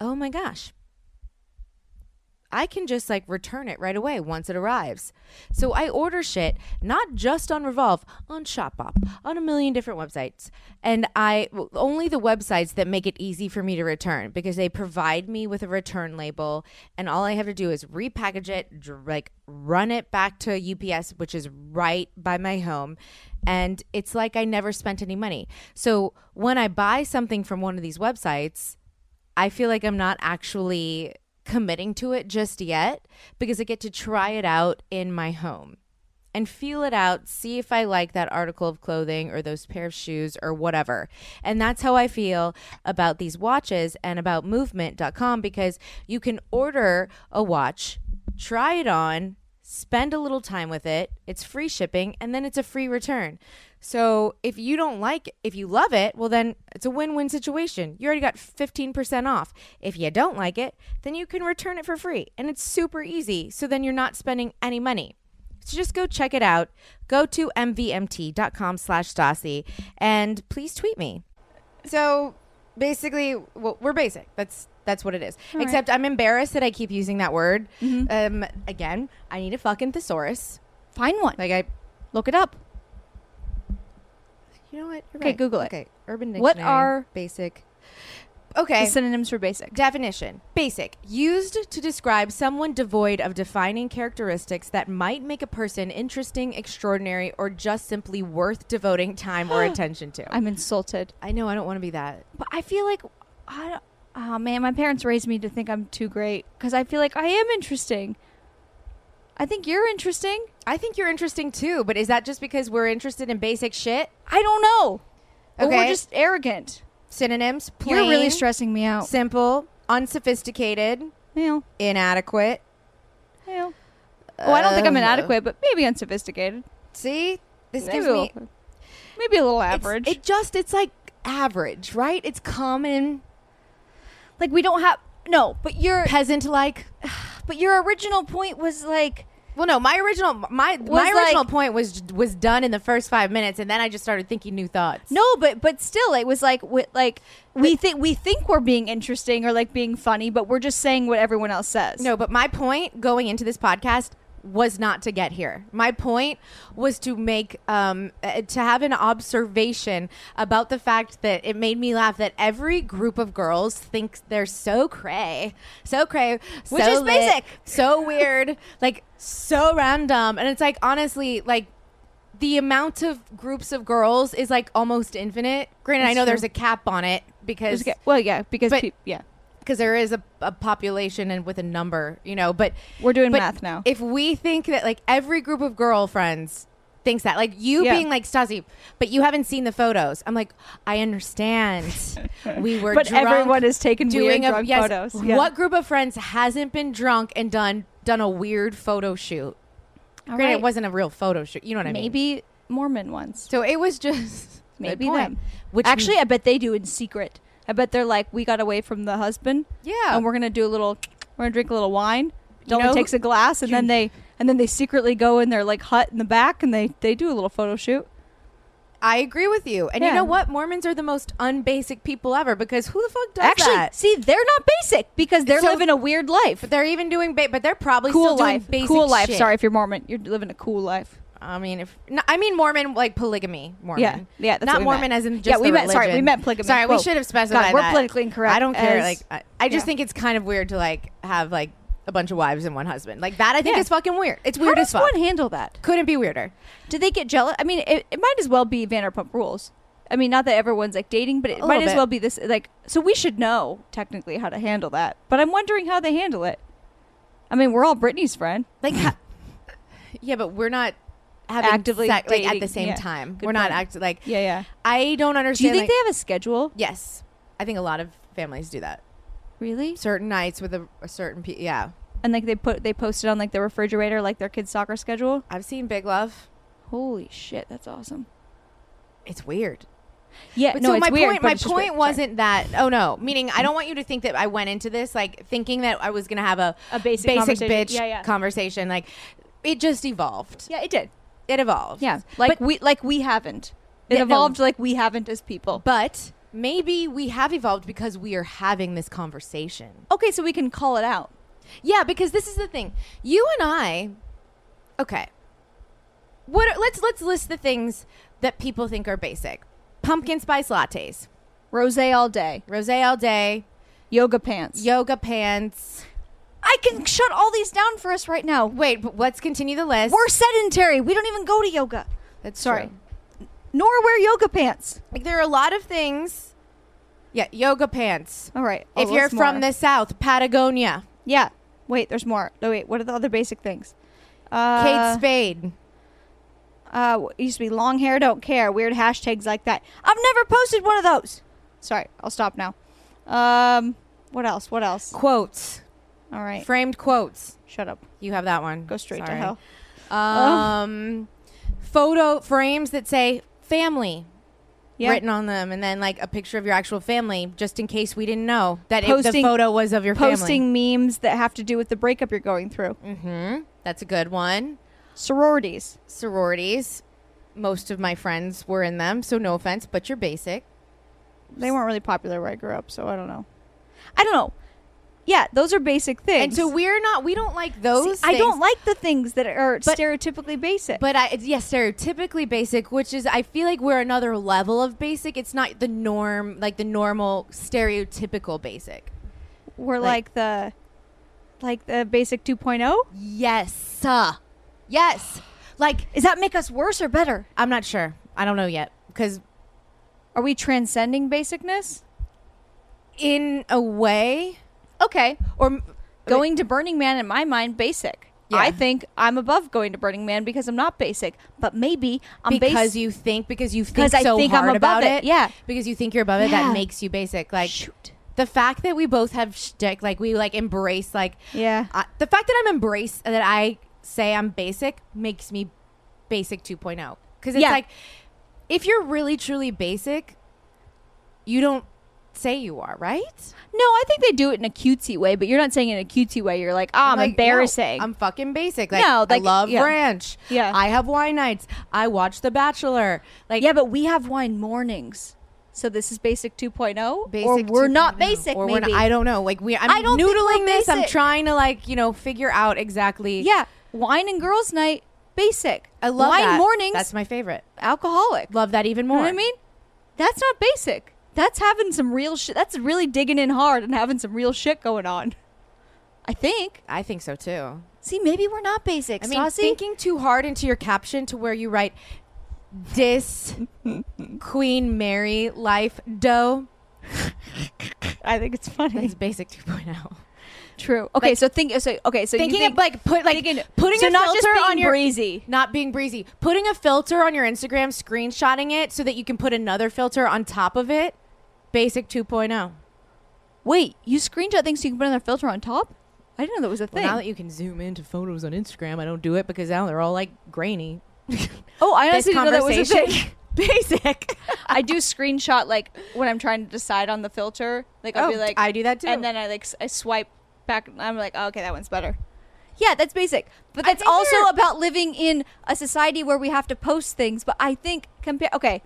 Speaker 3: oh my gosh I can just like return it right away once it arrives. So I order shit not just on Revolve, on Shopbop, on a million different websites. And I well, only the websites that make it easy for me to return because they provide me with a return label and all I have to do is repackage it, dr- like run it back to UPS which is right by my home and it's like I never spent any money. So when I buy something from one of these websites, I feel like I'm not actually committing to it just yet because I get to try it out in my home and feel it out, see if I like that article of clothing or those pair of shoes or whatever. And that's how I feel about these watches and about movement.com because you can order a watch, try it on, spend a little time with it. It's free shipping and then it's a free return. So if you don't like it, if you love it, well then it's a win-win situation. You already got 15% off. If you don't like it, then you can return it for free and it's super easy. So then you're not spending any money. So just go check it out. Go to mvmt.com slash Stassi and please tweet me. So basically, well, we're basic. That's that's what it is. Except I'm embarrassed that I keep using that word.
Speaker 4: Mm-hmm.
Speaker 3: Um, again, I need a fucking thesaurus.
Speaker 4: Find one.
Speaker 3: Like I,
Speaker 4: Look it up.
Speaker 3: you know what? You're
Speaker 4: Okay,
Speaker 3: right.
Speaker 4: Google it.
Speaker 3: Okay, Urban Dictionary.
Speaker 4: What are-
Speaker 3: basic? Okay,
Speaker 4: The synonyms for basic.
Speaker 3: Definition Basic. Used to describe someone devoid of defining characteristics that might make a person interesting, extraordinary, or just simply worth devoting time or attention to.
Speaker 4: I'm insulted.
Speaker 3: I know I don't want to be that.
Speaker 4: But I feel like, I, don't- oh man, my parents raised me to think I'm too great because I feel like I am interesting. I think you're interesting.
Speaker 3: I think you're interesting too, but is that just because we're interested in basic shit?
Speaker 4: I don't know. Or we're
Speaker 3: Okay.
Speaker 4: just arrogant.
Speaker 3: Synonyms plain,
Speaker 4: You're really stressing me out.
Speaker 3: simple, unsophisticated,
Speaker 4: Hell,
Speaker 3: inadequate.
Speaker 4: hell. Oh, I don't think I'm inadequate, but maybe unsophisticated.
Speaker 3: See? This
Speaker 4: Maybe
Speaker 3: gives
Speaker 4: a
Speaker 3: me
Speaker 4: little, maybe a little
Speaker 3: it's-
Speaker 4: average.
Speaker 3: It just it's like average, right? It's common,
Speaker 4: like we don't have no, but your
Speaker 3: peasant like.
Speaker 4: but your original point was like
Speaker 3: Well, no, my original my my
Speaker 4: like-
Speaker 3: original point was was done in the first five minutes, and then I just started thinking new thoughts.
Speaker 4: no, but but still, it was like we, like we think we think we're being interesting or like being funny, but we're just saying what everyone else says.
Speaker 3: no, but my point going into this podcast was not to get here. My point was to make um, uh, to have an observation about the fact that it made me laugh that every group of girls thinks they're so cray, so cray,
Speaker 4: Which
Speaker 3: so
Speaker 4: is
Speaker 3: lit,
Speaker 4: basic.
Speaker 3: so weird, like so random, and it's like honestly like. The amount of groups of girls is like almost infinite. Granted, I
Speaker 4: That's
Speaker 3: know
Speaker 4: true.
Speaker 3: there's a cap on it because
Speaker 4: Okay. Well, yeah, because
Speaker 3: But-
Speaker 4: peop yeah,
Speaker 3: because there is a, a population and with a number, you know. But
Speaker 4: we're doing
Speaker 3: but
Speaker 4: math now.
Speaker 3: If we think that like every group of girlfriends thinks that, like you
Speaker 4: Yeah.
Speaker 3: being like Stasi, but you haven't seen the photos. I'm like, I understand. we were,
Speaker 4: But
Speaker 3: drunk
Speaker 4: everyone has taken weird
Speaker 3: doing a-
Speaker 4: drunk
Speaker 3: yes,
Speaker 4: photos. Yeah.
Speaker 3: What group of friends hasn't been drunk and done done a weird photo shoot? Granted,
Speaker 4: right.
Speaker 3: it wasn't a real photo shoot. You know what I mean?
Speaker 4: Maybe Mormon ones.
Speaker 3: So it was just
Speaker 4: Maybe
Speaker 3: Good point.
Speaker 4: them.
Speaker 3: Which
Speaker 4: Actually, I bet they do in secret. I bet they're like, we got away from the husband,
Speaker 3: yeah,
Speaker 4: and we're gonna do a little. We're gonna drink a little wine. Dylan
Speaker 3: know-
Speaker 4: takes a glass, and then they and then they secretly go in their like hut in the back, and they they do a little photo shoot.
Speaker 3: I agree with you. And
Speaker 4: Yeah.
Speaker 3: you know what? Mormons are the most unbasic people ever because who the fuck does
Speaker 4: Actually,
Speaker 3: that?
Speaker 4: see, they're not basic because they're
Speaker 3: So-
Speaker 4: living a weird life.
Speaker 3: But they're even doing, ba- but they're probably
Speaker 4: Cool
Speaker 3: still doing
Speaker 4: life,
Speaker 3: basic
Speaker 4: cool life.
Speaker 3: shit.
Speaker 4: Sorry, if you're Mormon, you're living a cool life.
Speaker 3: I mean, if no, I mean Mormon, like polygamy Mormon.
Speaker 4: Yeah, yeah, that's
Speaker 3: not
Speaker 4: what we
Speaker 3: Mormon
Speaker 4: meant.
Speaker 3: as in just
Speaker 4: Yeah, we
Speaker 3: the
Speaker 4: meant- sorry, we
Speaker 3: religion.
Speaker 4: meant polygamy.
Speaker 3: Sorry,
Speaker 4: Whoa.
Speaker 3: we should have specified
Speaker 4: God, we're
Speaker 3: that.
Speaker 4: politically incorrect
Speaker 3: I don't care.
Speaker 4: as-
Speaker 3: like, I, I just
Speaker 4: yeah.
Speaker 3: think it's kind of weird to like have like a bunch of wives and one husband. Like that, I think
Speaker 4: Yeah.
Speaker 3: is fucking weird. It's
Speaker 4: How
Speaker 3: weird as
Speaker 4: does
Speaker 3: fuck.
Speaker 4: one handle that?
Speaker 3: Couldn't be weirder.
Speaker 4: Do they get jealous? I mean, it, it might as well be Vanderpump Rules. I mean, not that everyone's like dating, but it
Speaker 3: A
Speaker 4: might
Speaker 3: little
Speaker 4: as
Speaker 3: bit.
Speaker 4: well be this. Like, so we should know technically how to handle that. But I'm wondering how they handle it. I mean, we're all Britney's friend.
Speaker 3: Like, ha- yeah, but we're not having
Speaker 4: Actively
Speaker 3: sec- like at
Speaker 4: dating.
Speaker 3: the same
Speaker 4: Yeah.
Speaker 3: time.
Speaker 4: Good
Speaker 3: we're not
Speaker 4: point.
Speaker 3: acting like.
Speaker 4: Yeah, yeah.
Speaker 3: I don't
Speaker 4: Do you
Speaker 3: understand.
Speaker 4: think
Speaker 3: like-
Speaker 4: they have a schedule?
Speaker 3: Yes, I think a lot of families do that.
Speaker 4: Really?
Speaker 3: Certain nights with a, a certain pe- yeah.
Speaker 4: And like they put they posted on like the refrigerator like their kids' soccer schedule.
Speaker 3: I've seen Big Love.
Speaker 4: Holy shit, that's awesome.
Speaker 3: It's weird.
Speaker 4: Yeah,
Speaker 3: But
Speaker 4: Uh, no,
Speaker 3: so
Speaker 4: it's
Speaker 3: my
Speaker 4: weird,
Speaker 3: point,
Speaker 4: but
Speaker 3: my
Speaker 4: it's just
Speaker 3: point
Speaker 4: weird. Sorry.
Speaker 3: wasn't that. Oh no, meaning I don't want you to think that I went into this like thinking that I was gonna have a
Speaker 4: A basic conversation.
Speaker 3: bitch
Speaker 4: Yeah, yeah.
Speaker 3: conversation. Like it just evolved.
Speaker 4: Yeah, it did.
Speaker 3: It evolved.
Speaker 4: Yeah, like
Speaker 3: but,
Speaker 4: we like we haven't. It
Speaker 3: Yeah, no.
Speaker 4: evolved like we haven't as people.
Speaker 3: but maybe we have evolved because we are having this conversation.
Speaker 4: Okay, so we can call it out.
Speaker 3: Yeah, because this is the thing. You and I Okay. What are, let's let's list the things that people think are basic. Pumpkin spice lattes,
Speaker 4: Rosé all day,
Speaker 3: rosé all day,
Speaker 4: yoga pants.
Speaker 3: yoga pants.
Speaker 4: I can shut all these down for us right now.
Speaker 3: Wait, but let's continue the list.
Speaker 4: We're sedentary. We don't even go to yoga,
Speaker 3: That's true.
Speaker 4: nor wear yoga pants.
Speaker 3: Like there are a lot of things. Yeah, yoga pants.
Speaker 4: All right.
Speaker 3: if you're from the south, Patagonia,
Speaker 4: Oh, yeah. Wait, there's more. No, wait. What are the other basic things?
Speaker 3: Kate
Speaker 4: Uh,
Speaker 3: Spade.
Speaker 4: Uh, what used to be long hair, don't care. Weird hashtags like that. I've never posted one of those. Sorry, I'll stop now. Um, what else? What else?
Speaker 3: Quotes,
Speaker 4: All right.
Speaker 3: framed quotes.
Speaker 4: Shut up.
Speaker 3: You have that one.
Speaker 4: Go straight to
Speaker 3: Sorry.
Speaker 4: hell.
Speaker 3: Um, photo frames that say family
Speaker 4: Yeah.
Speaker 3: written on them, and then like a picture of your actual family, just in case we didn't know that it, the
Speaker 4: Posting-
Speaker 3: photo was of your
Speaker 4: Posting memes that have to do with the breakup you're going through.
Speaker 3: Mm. family. That's a good one.
Speaker 4: Sororities.
Speaker 3: Sororities. Most of my friends were in them, so no offense, but you're basic.
Speaker 4: They weren't really popular where I grew up, so I don't know. I don't know. Yeah, those are basic things.
Speaker 3: And so we're not. We don't like
Speaker 4: See,
Speaker 3: those.
Speaker 4: I don't
Speaker 3: things,
Speaker 4: like the things that are
Speaker 3: But-
Speaker 4: stereotypically basic.
Speaker 3: But I, it's, yes, stereotypically basic, which is I feel like we're another level of basic. It's not the norm, like the normal stereotypical basic.
Speaker 4: we're like,
Speaker 3: like-
Speaker 4: the like the basic oh. 2.0.
Speaker 3: Yes, uh, yes. Like
Speaker 4: Does that make us worse or better?
Speaker 3: I'm not sure. I don't know yet because
Speaker 4: Are we transcending basicness?
Speaker 3: in a way,
Speaker 4: Okay.
Speaker 3: or m-
Speaker 4: Going to Burning Man in my mind basic.
Speaker 3: Yeah.
Speaker 4: I think I'm above going to Burning Man because I'm not basic, but maybe I'm
Speaker 3: because
Speaker 4: basic.
Speaker 3: you think because you think
Speaker 4: 'Cause I
Speaker 3: so
Speaker 4: think I'm
Speaker 3: hard
Speaker 4: above
Speaker 3: about
Speaker 4: it, yeah.
Speaker 3: because you think you're above it.
Speaker 4: Yeah.
Speaker 3: That makes you basic. Like
Speaker 4: Shoot.
Speaker 3: the fact that we both have shtick, like we like embrace, like
Speaker 4: Yeah.
Speaker 3: I- the fact that I'm embrace that I say I'm basic makes me basic 2.0 because it's
Speaker 4: Yeah.
Speaker 3: like if you're really truly basic, you don't say you are right.
Speaker 4: No, I think they do it in a cutesy way, but you're not saying it in a cutesy way. You're like, ah, I'm,
Speaker 3: like, no,
Speaker 4: embarrassing.
Speaker 3: I'm fucking basic. Like,
Speaker 4: No,
Speaker 3: no,
Speaker 4: like,
Speaker 3: I love
Speaker 4: yeah.
Speaker 3: ranch.
Speaker 4: Yeah.
Speaker 3: I have wine nights. I watch The Bachelor. Like,
Speaker 4: yeah, but we have wine mornings. So this is basic 2.0
Speaker 3: basic
Speaker 4: or we're not
Speaker 3: 2.0.
Speaker 4: basic
Speaker 3: Or
Speaker 4: maybe.
Speaker 3: We're not, I don't know. Like we, I'm
Speaker 4: I don't think we're
Speaker 3: noodling this. I'm
Speaker 4: basic.
Speaker 3: trying to like you know figure out exactly.
Speaker 4: Yeah. Wine and girls' night, basic.
Speaker 3: I love
Speaker 4: wine
Speaker 3: that.
Speaker 4: mornings.
Speaker 3: That's my favorite.
Speaker 4: alcoholic.
Speaker 3: Love that even
Speaker 4: You
Speaker 3: more.
Speaker 4: know what I mean? That's not basic. That's having some real shit. That's really digging in hard and having some real shit going on. I think.
Speaker 3: I think so too.
Speaker 4: See, maybe we're not basic.
Speaker 3: I mean,
Speaker 4: Stassi.
Speaker 3: thinking too hard into your caption to where you write "This Queen Mary life dough."
Speaker 4: I think it's funny.
Speaker 3: That's basic oh. 2.0.
Speaker 4: True. Okay, so think. So okay, so you
Speaker 3: thinking
Speaker 4: think,
Speaker 3: of like put like
Speaker 4: thinking-
Speaker 3: putting
Speaker 4: so
Speaker 3: a
Speaker 4: not
Speaker 3: filter
Speaker 4: just being
Speaker 3: on your
Speaker 4: breezy.
Speaker 3: not being breezy, putting a filter on your Instagram, screenshotting it so that you can put another filter on top of it. Basic oh. 2.0. Well,
Speaker 4: Wait, you screenshot things so you can put another filter on top? I didn't know that was a thing.
Speaker 3: now that you can zoom into photos on Instagram, I don't do it because now they're all like grainy.
Speaker 4: oh, I
Speaker 3: This
Speaker 4: honestly didn't know that was a thing.
Speaker 3: conversation. Basic.
Speaker 4: I do screenshot like when I'm trying to decide on the filter. Like I'll
Speaker 3: Oh,
Speaker 4: be like,
Speaker 3: I do that too.
Speaker 4: and then I like s- I swipe back. And I'm like, oh, okay, that one's better. Yeah, that's basic, but that's
Speaker 3: think
Speaker 4: also
Speaker 3: they're-
Speaker 4: about living in a society where we have to post things. But I think compare okay.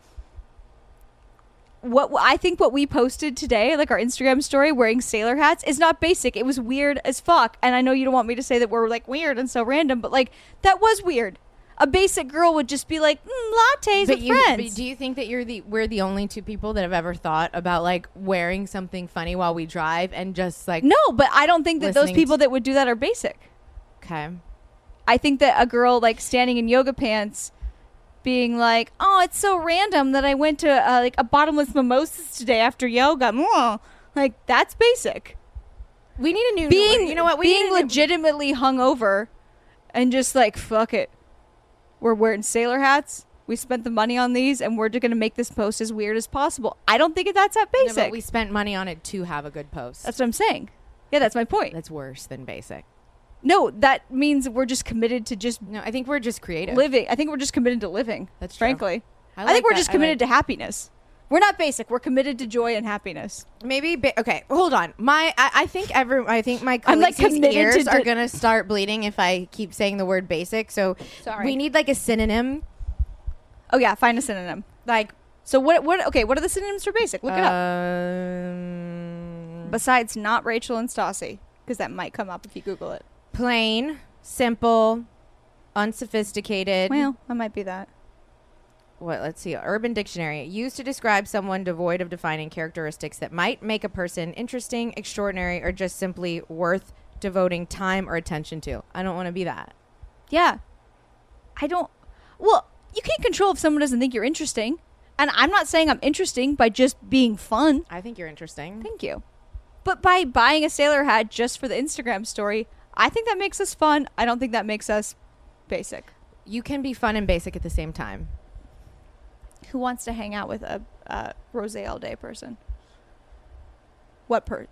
Speaker 4: What I think what we posted today, like our Instagram story, wearing sailor hats, is not basic. It was weird as fuck, and I know you don't want me to say that we're like weird and so random, but like that was weird. A basic girl would just be like mm, lattes with
Speaker 3: you,
Speaker 4: friends.
Speaker 3: do you think that you're the we're the only two people that have ever thought about like wearing something funny while we drive and just like
Speaker 4: No, but I don't think that those
Speaker 3: Listening to-
Speaker 4: people that would do that are basic.
Speaker 3: okay.
Speaker 4: I think that a girl like standing in yoga pants being like, "Oh, it's so random that I went to uh, like a bottomless mimosas today after yoga." Mwah. Like that's basic.
Speaker 3: We need a new
Speaker 4: Being
Speaker 3: you know what we
Speaker 4: being
Speaker 3: need a new-
Speaker 4: legitimately hungover and just like, "Fuck it. We're wearing sailor hats. We spent the money on these and we're just going to make this post as weird as possible." I don't think that that's that
Speaker 3: No,
Speaker 4: basic.
Speaker 3: but we spent money on it to have a good post.
Speaker 4: that's what I'm saying. Yeah, that's my point.
Speaker 3: That's worse than basic.
Speaker 4: No, that means we're just committed to just
Speaker 3: No, I think we're just creative.
Speaker 4: living. I think we're just committed to living.
Speaker 3: That's true.
Speaker 4: frankly.
Speaker 3: I
Speaker 4: I,
Speaker 3: like
Speaker 4: think we're
Speaker 3: that.
Speaker 4: just
Speaker 3: I
Speaker 4: committed
Speaker 3: like-
Speaker 4: to happiness. We're not basic. We're committed to joy and happiness.
Speaker 3: Maybe ba- okay. Hold on. My I, I think every I think my
Speaker 4: I'm, like,
Speaker 3: Khaleesi's
Speaker 4: committed to
Speaker 3: ears are
Speaker 4: di-
Speaker 3: gonna start bleeding if I keep saying the word basic. So
Speaker 4: Sorry.
Speaker 3: we need like a synonym.
Speaker 4: Oh yeah, find a synonym.
Speaker 3: Like
Speaker 4: So what? What? Okay, what are the synonyms for basic? Look it up.
Speaker 3: um,
Speaker 4: Besides not Rachel and Stassi, because that might come up if you Google it.
Speaker 3: plain, simple, unsophisticated.
Speaker 4: Well, that might be that.
Speaker 3: what let's see urban dictionary used to describe someone devoid of defining characteristics that might make a person interesting extraordinary or just simply worth devoting time or attention to i don't want to be that
Speaker 4: Yeah. I don't. Well, you can't control if someone doesn't think you're interesting, and I'm not saying I'm interesting by just being fun.
Speaker 3: i think you're interesting
Speaker 4: Thank you. But by buying a sailor hat just for the Instagram story, I think that makes us fun. I don't think that makes us basic.
Speaker 3: you can be fun and basic at the same time
Speaker 4: Who wants to hang out with a uh, rose all day person? What per?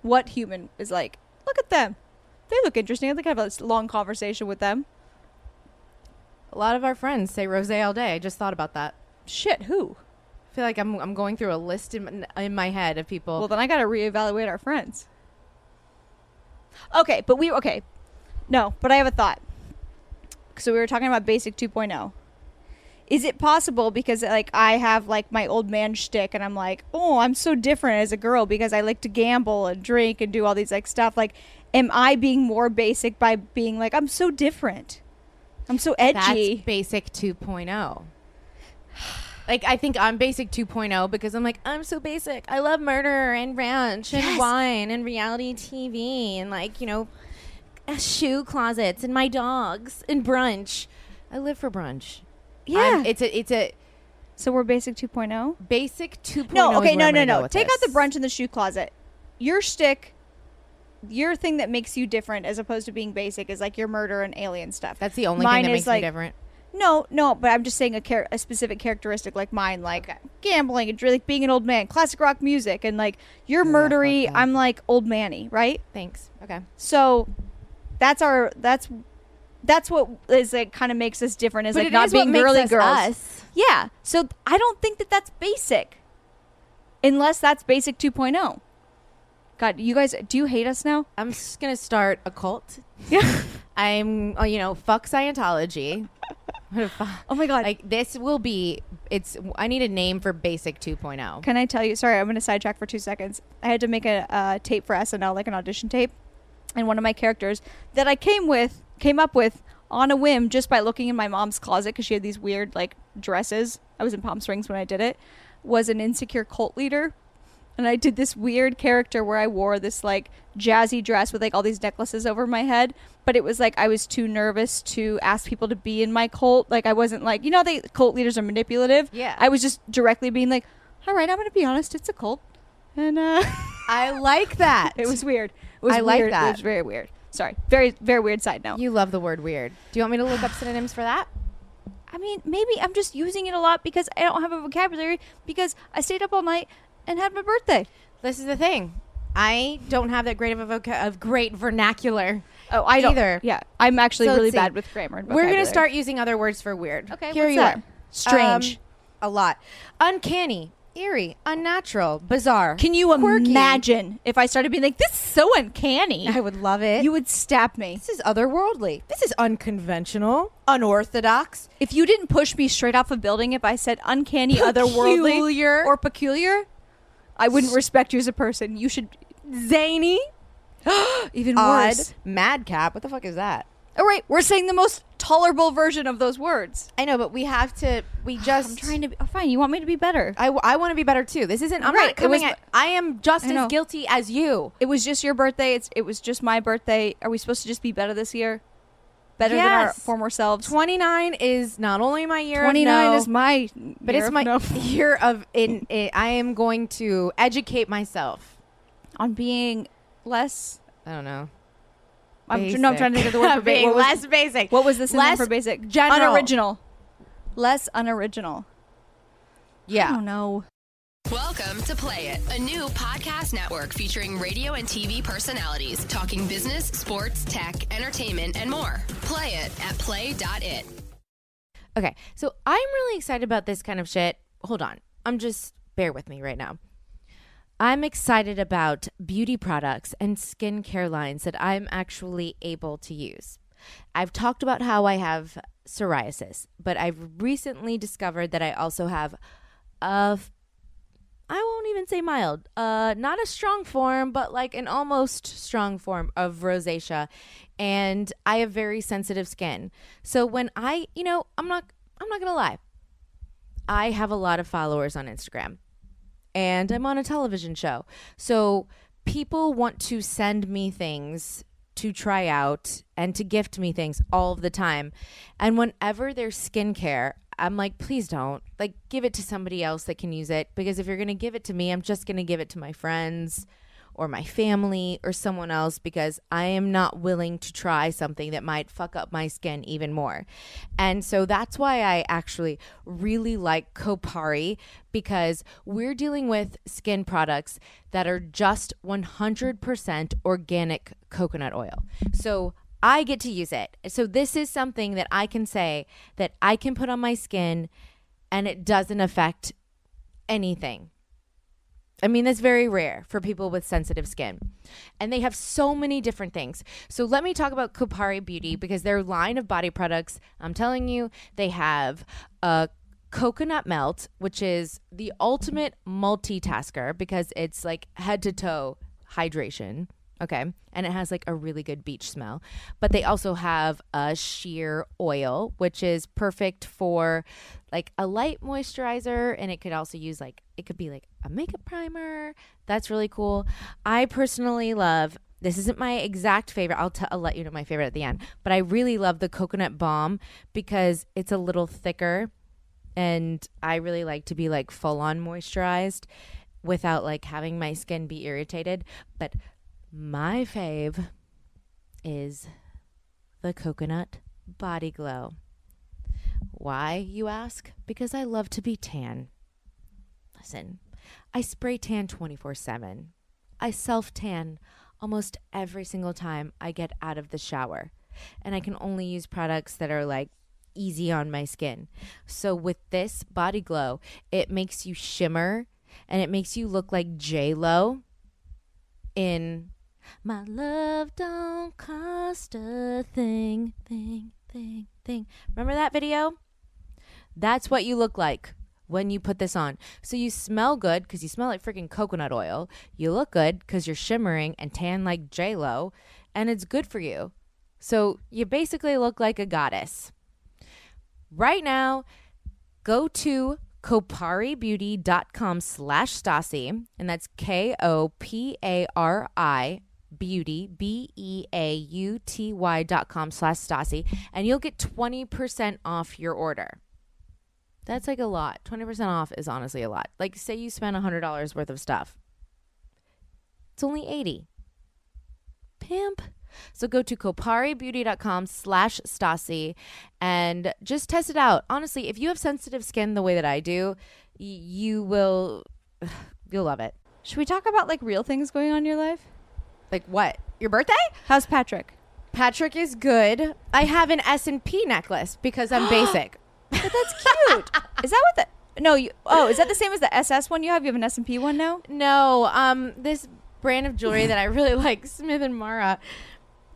Speaker 4: What human is like? Look at them. They look interesting. I think I have a s- long conversation with them.
Speaker 3: a lot of our friends say rose all day i just thought about that
Speaker 4: Shit, who?
Speaker 3: i feel like i'm, I'm going through a list in, in my head of people
Speaker 4: Well, then I gotta reevaluate our friends. Okay, but we okay. No, but I have a thought. So we were talking about basic 2.0. Is it possible because like I have like my old man shtick and I'm like, oh, I'm so different as a girl because I like to gamble and drink and do all these like stuff. Like, am I being more basic by being like I'm so different? I'm so
Speaker 3: That's
Speaker 4: edgy.
Speaker 3: basic 2.0. Like I think I'm basic 2.0 because I'm like I'm so basic. I love murder and ranch and wine and reality TV and like, you know, uh, shoe closets and my dogs and brunch. I live for brunch.
Speaker 4: yeah.
Speaker 3: I'm- it's a it's a
Speaker 4: so we're basic oh? 2.0.
Speaker 3: basic 2.0.
Speaker 4: No,
Speaker 3: is
Speaker 4: okay,
Speaker 3: where
Speaker 4: no,
Speaker 3: I'm
Speaker 4: no,
Speaker 3: gonna go
Speaker 4: no.
Speaker 3: with
Speaker 4: Take out
Speaker 3: this.
Speaker 4: the brunch in the shoe closet. Your shtick, your thing that makes you different as opposed to being basic is like your murder and alien stuff.
Speaker 3: That's the only thing
Speaker 4: Mine
Speaker 3: that
Speaker 4: is,
Speaker 3: makes
Speaker 4: like-
Speaker 3: me different.
Speaker 4: No, no, but I'm just saying a, char- a specific characteristic like mine, like gambling and dr- like being an old man, classic rock music, and like you're murdery. I'm like old manny, right?
Speaker 3: Thanks. Okay.
Speaker 4: So that's our that's that's what is like kind of makes us different is
Speaker 3: But
Speaker 4: like
Speaker 3: it
Speaker 4: not
Speaker 3: is what
Speaker 4: being
Speaker 3: makes
Speaker 4: girly
Speaker 3: us
Speaker 4: girls.
Speaker 3: us.
Speaker 4: Yeah. So th- I don't think that that's basic. Unless that's basic 2.0. God, you guys do you hate us now?
Speaker 3: I'm just gonna start a cult. I'm,
Speaker 6: oh,
Speaker 3: uh, you know, fuck Scientology. What a fu-
Speaker 4: Oh my god.
Speaker 3: like this will be. It's. I need a name for Basic
Speaker 6: oh.
Speaker 3: 2.0.
Speaker 4: Can I tell you? Sorry, I'm going to sidetrack for two seconds. I had to make a, uh tape for SNL, like an audition tape. and one of my characters that I came with came up with on a whim just by looking in my mom's closet because she had these weird like dresses. I was in Palm Springs when I did it. Was an insecure cult leader. And I did this weird character where I wore this like jazzy dress with like all these necklaces over my head, but it was like I was too nervous to ask people to be in my cult. Like I wasn't like, you know, how they cult leaders are manipulative.
Speaker 6: Yeah.
Speaker 4: I was just directly being like, "All right, I'm going to be honest, it's a cult." And uh
Speaker 6: I like that.
Speaker 4: It was weird. It was
Speaker 6: I like
Speaker 4: weird. It
Speaker 6: that.
Speaker 4: was very weird. Sorry. Very very weird side note.
Speaker 6: You love the word weird. Do you want me to look up synonyms for that?
Speaker 4: I mean, maybe I'm just using it a lot because I don't have a vocabulary because I stayed up all night and had my birthday.
Speaker 6: This is the thing. I don't have that great of a voca- of great vernacular.
Speaker 4: Oh, I don't.
Speaker 6: either.
Speaker 4: Yeah, I'm actually
Speaker 6: So let's
Speaker 4: really
Speaker 6: see.
Speaker 4: bad with grammar. And
Speaker 6: We're
Speaker 4: going
Speaker 6: gonna
Speaker 4: to
Speaker 6: start using other words for weird.
Speaker 4: Okay,
Speaker 6: here
Speaker 4: what's
Speaker 6: you
Speaker 4: that?
Speaker 6: are.
Speaker 4: Strange.
Speaker 6: Um, a lot. Uncanny, eerie, unnatural, bizarre.
Speaker 4: Can you
Speaker 6: quirky.
Speaker 4: imagine if I started being like, "This is so uncanny"?
Speaker 6: I would love it.
Speaker 4: You would stab me
Speaker 6: This is otherworldly. This is unconventional, unorthodox.
Speaker 4: if you didn't push me straight off a building. If I said "uncanny," otherworldly,
Speaker 6: Peculiar.
Speaker 4: or peculiar, I wouldn't respect you as a person. You should
Speaker 6: Zany,
Speaker 4: even
Speaker 6: odd,
Speaker 4: worse.
Speaker 6: madcap. What the fuck is that?
Speaker 4: All right, we're saying the most tolerable version of those words.
Speaker 6: I know, but we have to. We just.
Speaker 4: I'm trying to. Be, oh, fine, you want me to be better?
Speaker 6: I, want to be better too. This isn't. I'm
Speaker 4: Right,
Speaker 6: not
Speaker 4: it
Speaker 6: coming
Speaker 4: was-
Speaker 6: at. I am just
Speaker 4: I
Speaker 6: as
Speaker 4: know.
Speaker 6: guilty as you.
Speaker 4: It was just your birthday. It's. It was just my birthday. Are we supposed to just be better this year? Better than our
Speaker 6: Yes.
Speaker 4: former selves.
Speaker 6: 29 is not only my year. of
Speaker 4: 29
Speaker 6: no,
Speaker 4: is my.
Speaker 6: but
Speaker 4: year
Speaker 6: it's
Speaker 4: of
Speaker 6: my
Speaker 4: no.
Speaker 6: year of in, i I am going to educate myself.
Speaker 4: on being less.
Speaker 6: I don't know.
Speaker 4: I'm, tr- no, I'm trying to think of the word for ba-
Speaker 6: being
Speaker 4: what was,
Speaker 6: less basic.
Speaker 4: What was this
Speaker 6: less
Speaker 4: for basic?
Speaker 6: general.
Speaker 4: Unoriginal. Less unoriginal. Oh, I
Speaker 6: Yeah.
Speaker 4: don't know.
Speaker 1: Welcome to Play It, a new podcast network featuring radio and TV personalities talking business, sports, tech, entertainment, and more. Play it at play.it.
Speaker 3: Okay, so I'm really excited about this kind of shit. Hold on. I'm just bear with me right now. I'm excited about beauty products and skincare lines that I'm actually able to use. I've talked about how I have psoriasis, but I've recently discovered that I also have a I won't even say mild. Uh, not a strong form, but like an almost strong form of rosacea, and I have very sensitive skin. So when I, you know, I'm not, I'm not gonna lie. I have a lot of followers on Instagram, and I'm on a television show. So people want to send me things to try out and to gift me things all of the time. And whenever there's skincare, I'm like, please don't. Like, give it to somebody else that can use it. Because if you're going to give it to me, I'm just going to give it to my friends or my family or someone else because I am not willing to try something that might fuck up my skin even more. And so that's why I actually really like Kopari because we're dealing with skin products that are just 100% organic coconut oil. So I get to use it. So this is something that I can say that I can put on my skin and it doesn't affect anything. I mean, that's very rare for people with sensitive skin. And they have so many different things. So let me talk about Kupari Beauty because their line of body products, I'm telling you, they have a coconut melt, which is the ultimate multitasker because it's like head to toe hydration. Okay. And it has like a really good beach smell. But they also have a sheer oil, which is perfect for like a light moisturizer. And it could also use like, it could be like a makeup primer. That's really cool. I personally love, this isn't my exact favorite. I'll, t- I'll let you know my favorite at the end. But I really love the coconut balm because it's a little thicker and I really like to be like full on moisturized without like having my skin be irritated. But my fave is the coconut body glow. Why, you ask? Because I love to be tan. Listen, I spray tan 24 7. I self tan almost every single time I get out of the shower. And I can only use products that are like easy on my skin. So with this body glow, it makes you shimmer and it makes you look like J Lo in My Love Don't Cost a Thing, Thing, Thing, Thing. Remember that video? That's what you look like when you put this on. So you smell good because you smell like freaking coconut oil. You look good because you're shimmering and tan like J Lo,
Speaker 5: and it's good for you. So you basically look like a goddess. Right now, go to koparibeauty.com slash Stasi, and that's K O P A R I beauty, B E A U T Y dot com slash Stasi, and you'll get 20% off your order. That's like a lot. 20% off is honestly a lot. Like, say you spend $100 worth of stuff, it's only 80 Pimp. So go to koparibeauty.com slash Stasi and just test it out. Honestly, if you have sensitive skin the way that I do, y- you will, you'll love it.
Speaker 4: Should we talk about like real things going on in your life?
Speaker 3: Like what? Your birthday?
Speaker 4: How's Patrick?
Speaker 3: Patrick is good. I have an S and P necklace because I'm basic.
Speaker 4: But that's cute. is that what the? No, you. Oh, is that the same as the SS one you have? You have an S and P one now.
Speaker 3: No, um, this brand of jewelry that I really like, Smith and Mara.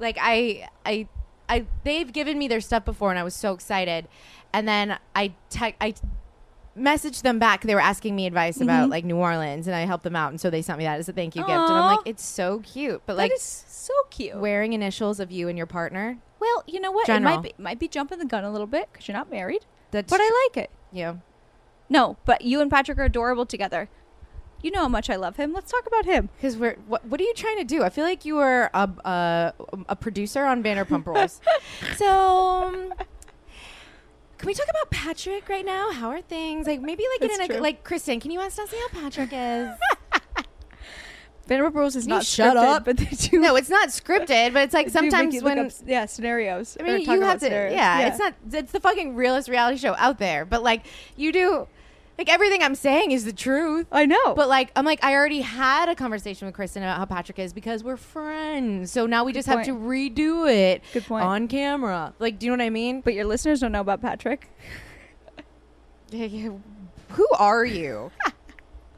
Speaker 3: Like I, I, I, they've given me their stuff before, and I was so excited. And then I, te- I messaged them back. They were asking me advice
Speaker 4: Mm-hmm.
Speaker 3: about like New Orleans, and I helped them out, and so they sent me that as a thank you gift. And I'm
Speaker 4: Aw.
Speaker 3: like, it's so cute, but like
Speaker 4: that is so cute.
Speaker 3: wearing initials of you and your partner.
Speaker 4: well, you know what? It
Speaker 3: General.
Speaker 4: might be might be jumping the gun a little bit because you're not married.
Speaker 3: That's
Speaker 4: but I like it.
Speaker 3: yeah.
Speaker 4: No, but you and Patrick are adorable together. You know how much I love him. Let's talk about him.
Speaker 3: Because we're what, what are you trying to do? I feel like you are a a, a producer on Vanderpump Rules. so, um, can we talk about Patrick right now? How are things? Like maybe like
Speaker 4: That's
Speaker 3: in a,
Speaker 4: true.
Speaker 3: like Kristen, can you ask us how Patrick is?
Speaker 4: Vanderpump Rules is
Speaker 3: Can you
Speaker 4: not
Speaker 3: shut
Speaker 4: scripted,
Speaker 3: up?
Speaker 4: but they do.
Speaker 3: no, it's not scripted, but it's like
Speaker 4: they do make
Speaker 3: sometimes
Speaker 4: you look
Speaker 3: when
Speaker 4: up, yeah scenarios.
Speaker 3: I
Speaker 4: or
Speaker 3: mean
Speaker 4: talk
Speaker 3: you
Speaker 4: about
Speaker 3: have to yeah,
Speaker 4: scenarios.
Speaker 3: it's not it's the fucking realest reality show out there. But like you do, like everything I'm saying is the truth.
Speaker 4: I know.
Speaker 3: But like I'm like I already had a conversation with Kristen about how Patrick is because we're friends. So now we just have to redo it
Speaker 4: Good point.
Speaker 3: on camera. Like do you know what I mean?
Speaker 4: but your listeners don't know about Patrick.
Speaker 3: Who are you?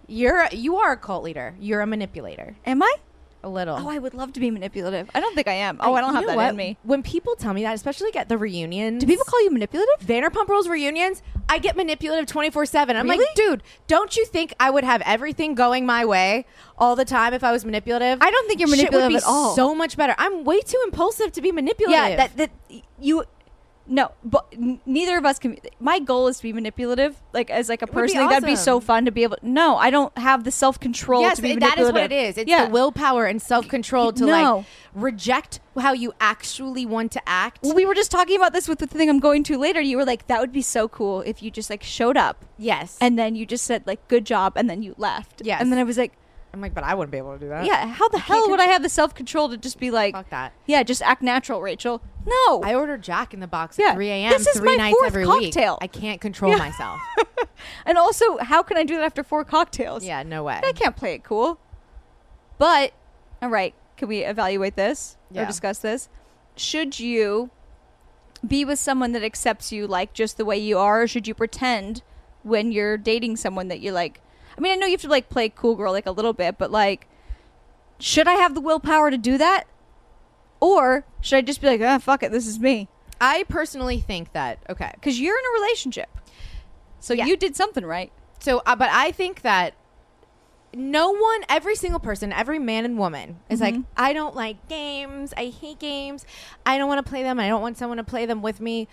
Speaker 3: You're you are a cult leader. You're a manipulator.
Speaker 4: Am I?
Speaker 3: A little.
Speaker 4: Oh, I would love to be manipulative. I don't think I am. Oh, I, don't
Speaker 3: you
Speaker 4: have
Speaker 3: know
Speaker 4: that
Speaker 3: what?
Speaker 4: in me.
Speaker 3: When people tell me that, especially at the reunions,
Speaker 4: Do people call you manipulative?
Speaker 3: Vanderpump Rules reunions, I get manipulative 24 7. I'm
Speaker 4: Really?
Speaker 3: like, dude, don't you think I would have everything going my way all the time if I was manipulative?
Speaker 4: I don't think you're manipulative
Speaker 3: Shit would be
Speaker 4: at all.
Speaker 3: so much better. I'm way too impulsive to be manipulative.
Speaker 4: Yeah, that that you. No, but n- neither of us can. be- My goal is to be manipulative, like as like a
Speaker 3: would be
Speaker 4: person. like, That'd be so
Speaker 3: awesome.
Speaker 4: fun to be able. No, I don't have the self control.
Speaker 3: yes,
Speaker 4: to be
Speaker 3: it- that is what it
Speaker 4: manipulative.
Speaker 3: is. It's
Speaker 4: yeah.
Speaker 3: the willpower and self control to
Speaker 4: No.
Speaker 3: like reject how you actually want to act.
Speaker 4: Well, we were just talking about this with the thing I'm going to later. You were like, "That would be so cool if you just like showed up
Speaker 3: yes.
Speaker 4: and then you just said like good job and then you left."
Speaker 3: Yes. Uh,
Speaker 4: And then I was like,
Speaker 3: I'm like, but I wouldn't be able to do that.
Speaker 4: "Yeah, how the hell would I have the self control to just be like,
Speaker 3: Fuck that.
Speaker 4: yeah, just act natural, Rachel?" No,
Speaker 3: I order Jack in the Box
Speaker 4: Yeah.
Speaker 3: at 3 a.m.
Speaker 4: This is
Speaker 3: three
Speaker 4: my
Speaker 3: nights
Speaker 4: fourth
Speaker 3: every
Speaker 4: cocktail.
Speaker 3: week. I can't control
Speaker 4: Yeah.
Speaker 3: myself.
Speaker 4: and also, how can I do that after four cocktails?
Speaker 3: Yeah, no way.
Speaker 4: I can't play it cool. But all right, can we evaluate this or
Speaker 3: Yeah.
Speaker 4: discuss this? Should you be with someone that accepts you like just the way you are, or should you pretend when you're dating someone that you like? I mean, I know you have to like play cool girl like a little bit, but like, should I have the willpower to do that, or should I just be like, ah, fuck it, this is me?
Speaker 3: I personally think that, okay.
Speaker 4: Because you're in a relationship, so
Speaker 3: Yeah.
Speaker 4: you did something right.
Speaker 3: So, uh, but I think that no one, every single person, every man and woman is like,
Speaker 4: Mm-hmm.
Speaker 3: I don't like games. I hate games. I don't want to play them. I don't want someone to play them with me.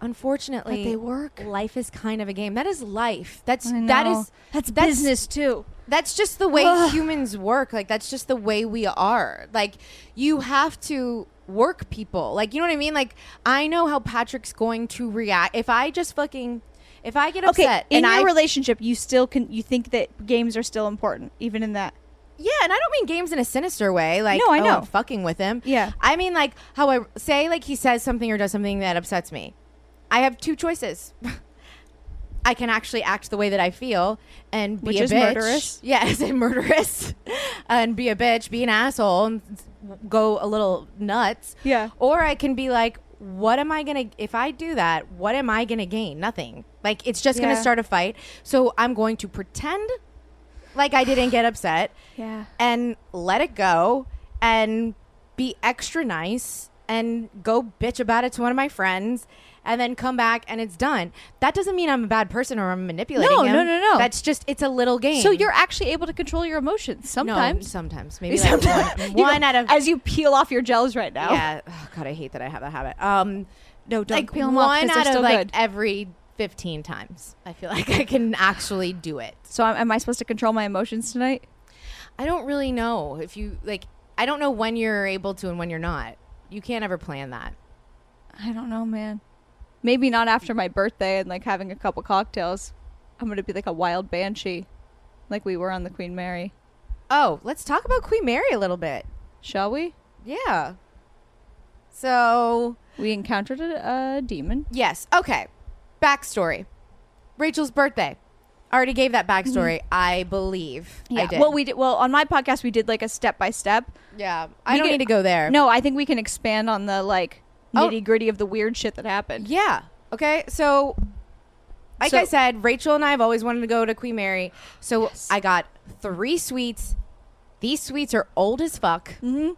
Speaker 3: Unfortunately,
Speaker 4: But they work.
Speaker 3: Life is kind of a game. That is life. That's
Speaker 4: I
Speaker 3: that
Speaker 4: know.
Speaker 3: is
Speaker 4: that's, business too.
Speaker 3: That's just the way
Speaker 4: Ugh.
Speaker 3: humans work. Like that's just the way we are. Like you have to work people. Like you know what I mean? Like I know how Patrick's going to react if I just fucking if I get
Speaker 4: okay
Speaker 3: upset
Speaker 4: in
Speaker 3: and
Speaker 4: your
Speaker 3: I
Speaker 4: relationship you still can you think that games are still important even in that
Speaker 3: Yeah, and I don't mean games in a sinister way. Like,
Speaker 4: No, I
Speaker 3: oh,
Speaker 4: know.
Speaker 3: I'm fucking with him.
Speaker 4: Yeah.
Speaker 3: I mean, like, how I say, like, he says something or does something that upsets me. I have two choices. I can actually act the way that I feel and be
Speaker 4: Which
Speaker 3: a
Speaker 4: is
Speaker 3: bitch.
Speaker 4: murderous.
Speaker 3: Yes, and murderous. and be a bitch, be an asshole, and go a little nuts.
Speaker 4: Yeah.
Speaker 3: Or I can be like, what am I going to, if I do that, what am I going to gain? Nothing. Like, it's just going
Speaker 4: Yeah.
Speaker 3: to start a fight. So I'm going to pretend like I didn't get upset
Speaker 4: yeah
Speaker 3: and let it go and be extra nice and go bitch about it to one of my friends and then come back and it's done. That doesn't mean I'm a bad person or I'm manipulating
Speaker 4: No,
Speaker 3: him.
Speaker 4: no, no, no.
Speaker 3: That's just it's a little game.
Speaker 4: So you're actually able to control your emotions
Speaker 3: No,
Speaker 4: sometimes.
Speaker 3: sometimes maybe like one, one out of
Speaker 4: as you peel off your gels right now.
Speaker 3: yeah. Oh, God, I hate that I have that habit. Um,
Speaker 4: No, don't
Speaker 3: like
Speaker 4: peel them off
Speaker 3: one
Speaker 4: 'cause they're
Speaker 3: out of
Speaker 4: still
Speaker 3: like
Speaker 4: good.
Speaker 3: every 15 times. I feel like I can actually do it.
Speaker 4: So am, am I supposed to control my emotions tonight?
Speaker 3: I don't really know if you like. I don't know when you're able to and when you're not. You can't ever plan that.
Speaker 4: I don't know, man. Maybe not after my birthday and like having a couple cocktails. I'm gonna be like a wild banshee, like we were on the Queen Mary.
Speaker 3: Oh, let's talk about Queen Mary a little bit.
Speaker 4: Shall we?
Speaker 3: Yeah. So
Speaker 4: We encountered a, a demon.
Speaker 3: yes, okay. Backstory: Rachel's birthday. I already gave that backstory. I believe I did.
Speaker 4: Mm-hmm. Well, we did. Well, on my podcast, we did like a step by step.
Speaker 3: yeah. I
Speaker 4: We
Speaker 3: don't
Speaker 4: could-
Speaker 3: need to go there.
Speaker 4: No, I think we can expand on the like
Speaker 3: Oh.
Speaker 4: nitty gritty of the weird shit that happened.
Speaker 3: Yeah. Okay. So, like
Speaker 4: So-
Speaker 3: I said, Rachel and I have always wanted to go to Queen Mary. So I got three suites. These suites are old as fuck.
Speaker 4: Mm-hmm.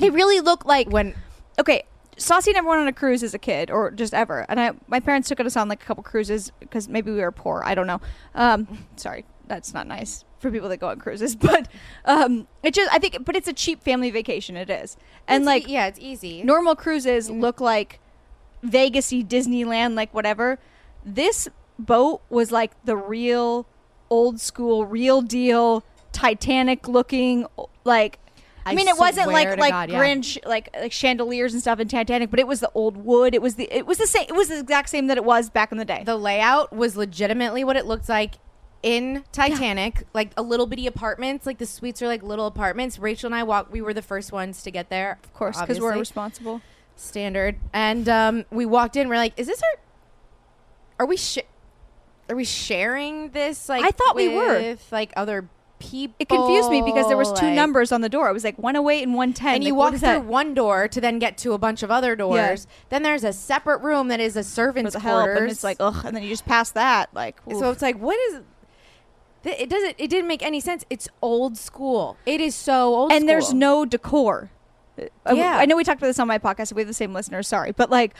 Speaker 4: They really look like
Speaker 3: When
Speaker 4: okay, Saucy never went on a cruise as a kid or just ever. And I, my parents took us on like a couple cruises because maybe we were poor. I don't know. Um, sorry, that's not nice for people that go on cruises. But um, it just, I think, but it's a cheap family vacation. It is, and
Speaker 3: It's
Speaker 4: like
Speaker 3: e- yeah, it's easy.
Speaker 4: normal cruises look like Vegasy, Disneyland, like whatever. This boat was like the real, old school, real deal Titanic looking like. I,
Speaker 3: I
Speaker 4: mean, it wasn't
Speaker 3: swear
Speaker 4: like
Speaker 3: to
Speaker 4: like
Speaker 3: God, yeah.
Speaker 4: grand sh- like like chandeliers and stuff in Titanic, but it was the old wood. It was the it was the same. It was the exact same that it was back in the day.
Speaker 3: the layout was legitimately what it looked like in Titanic, like a little bitty apartments. Like the suites are like little apartments. Rachel and I walked. We were the first ones to get there,
Speaker 4: of course, because we're
Speaker 3: obviously.
Speaker 4: responsible.
Speaker 3: standard. And um, we walked in. We're like, "Is this our? Are we sh- Are we sharing this? Like,
Speaker 4: I thought we were.
Speaker 3: with, like other people.
Speaker 4: It confused me because there was two
Speaker 3: like-
Speaker 4: numbers on the door. It was like one oh eight and one ten.
Speaker 3: And you walk through one door to then get to a bunch of other doors. Then there's a separate room that is a
Speaker 4: for
Speaker 3: servant's
Speaker 4: the help,
Speaker 3: quarters.
Speaker 4: and it's like oh, ugh, and then you just pass that like. oof.
Speaker 3: So it's like, what is? Th- It doesn't. It didn't make any sense. It's old school. It is so old.
Speaker 4: and there's
Speaker 3: school.
Speaker 4: no decor. I-
Speaker 3: Yeah.
Speaker 4: I know we talked about this on my podcast. We have the same listeners. Sorry, but like,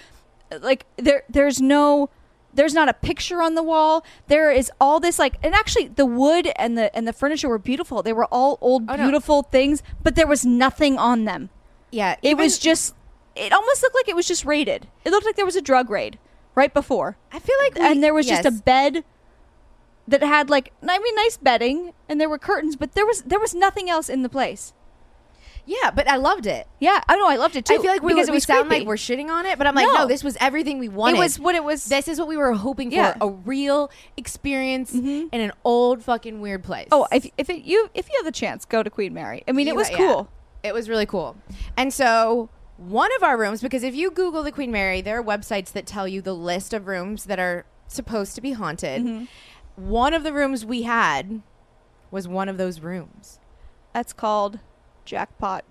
Speaker 4: like there, there's no, there's not a picture on the wall. There is all this like, and actually the wood and the and the furniture were beautiful. They were all old,
Speaker 3: Oh, no.
Speaker 4: beautiful things, but there was nothing on them.
Speaker 3: Yeah,
Speaker 4: It
Speaker 3: even-
Speaker 4: was just, it almost looked like it was just raided. It looked like there was a drug raid right before,
Speaker 3: I feel like, we-
Speaker 4: and there was just
Speaker 3: yes.
Speaker 4: a bed that had like, I mean, nice bedding, and there were curtains, but there was there was nothing else in the place.
Speaker 3: Yeah, but I loved it.
Speaker 4: Yeah, I know. I loved it too.
Speaker 3: I feel like we,
Speaker 4: because it
Speaker 3: we
Speaker 4: was
Speaker 3: sound
Speaker 4: creepy.
Speaker 3: like we're shitting on it, but I'm like, no,
Speaker 4: No.
Speaker 3: this was everything we wanted.
Speaker 4: It was what it was.
Speaker 3: This is what we were hoping
Speaker 4: Yeah. Mm-hmm.
Speaker 3: for—a real experience in an old fucking weird place.
Speaker 4: oh, if if it, you if you have the chance, go to Queen Mary. I mean, it
Speaker 3: You-
Speaker 4: was
Speaker 3: yeah.
Speaker 4: cool.
Speaker 3: It was really cool. And so one of our rooms, because if you Google the Queen Mary, there are websites that tell you the list of rooms that are supposed to be haunted.
Speaker 4: Mm-hmm.
Speaker 3: One of the rooms we had was one of those rooms.
Speaker 4: That's called jackpot.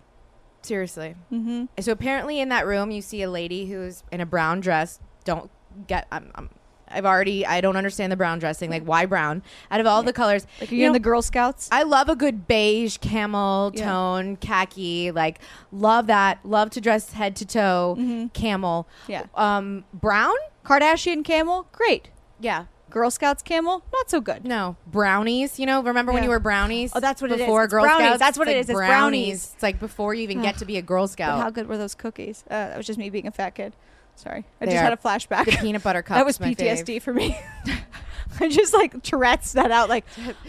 Speaker 3: Seriously. Mm-hmm. So apparently, in that room, you see a lady who's in a brown dress. Don't get. I'm. I'm I've already. I don't understand the brown dress thing. Like, why brown? Out of all the colors,
Speaker 4: Like you're in the Girl Scouts.
Speaker 3: I love a good beige camel
Speaker 4: Yeah.
Speaker 3: tone, khaki. Like, love that. Love to dress head to toe camel.
Speaker 4: Mm-hmm. Yeah.
Speaker 3: Um, brown.
Speaker 4: Kardashian camel, great.
Speaker 3: Yeah.
Speaker 4: Girl Scouts camel, not so good.
Speaker 3: No brownies. You know, remember when
Speaker 4: Yeah.
Speaker 3: you were brownies?
Speaker 4: Oh, that's what it is.
Speaker 3: before
Speaker 4: It's
Speaker 3: Girl
Speaker 4: brownies.
Speaker 3: Scouts.
Speaker 4: That's what
Speaker 3: It's
Speaker 4: it
Speaker 3: like
Speaker 4: is. It's brownies.
Speaker 3: It's like before you even get to be a Girl
Speaker 4: But How
Speaker 3: Scout.
Speaker 4: good were those cookies? Uh, that was just me being a fat kid. Sorry, I
Speaker 3: They
Speaker 4: just
Speaker 3: are-
Speaker 4: had a flashback.
Speaker 3: the peanut butter cups.
Speaker 4: that was
Speaker 3: my fave.
Speaker 4: PTSD for me. I just like Tourette's that out. Like,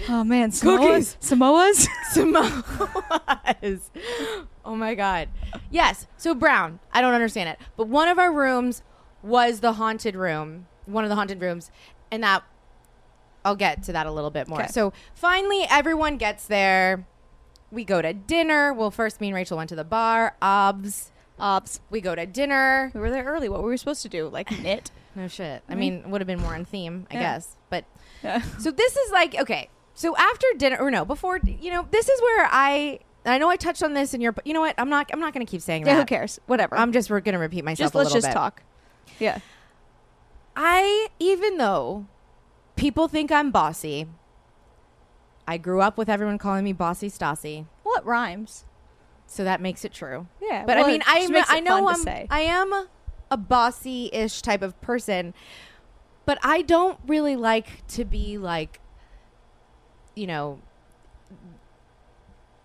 Speaker 4: oh man,
Speaker 3: Cookies.
Speaker 4: Samoa's, Samoa's.
Speaker 3: Samoas. Oh my god. Yes. So brown. I don't understand it. But one of our rooms was the haunted room. One of the haunted rooms, and that I'll get to that a little bit more.
Speaker 4: Okay.
Speaker 3: So finally, everyone gets there. We go to dinner. Well, first, me and Rachel went to the bar. Obs.
Speaker 4: Ops.
Speaker 3: We go to dinner. Mm-hmm.
Speaker 4: We were there early. What were we supposed to do? Like knit.
Speaker 3: No shit. I mean, would have been more on theme, I
Speaker 4: Yeah.
Speaker 3: guess. But so this is like okay. So after dinner, or no, before you know, this is where I. I know I touched on this in your. You know what? I'm not. I'm not going to keep saying that.
Speaker 4: Yeah, who cares? Whatever.
Speaker 3: I'm just. We're going to repeat myself.
Speaker 4: just
Speaker 3: a
Speaker 4: let's
Speaker 3: little
Speaker 4: just
Speaker 3: bit.
Speaker 4: talk. Yeah.
Speaker 3: I even though people think I'm bossy, I grew up with everyone calling me bossy Stassi.
Speaker 4: Well, it rhymes.
Speaker 3: so that makes it true.
Speaker 4: Yeah,
Speaker 3: but
Speaker 4: well,
Speaker 3: I mean,
Speaker 4: it
Speaker 3: I
Speaker 4: just makes
Speaker 3: I
Speaker 4: it
Speaker 3: know
Speaker 4: fun
Speaker 3: I'm
Speaker 4: to say.
Speaker 3: I am a bossy-ish type of person, but I don't really like to be like, you know,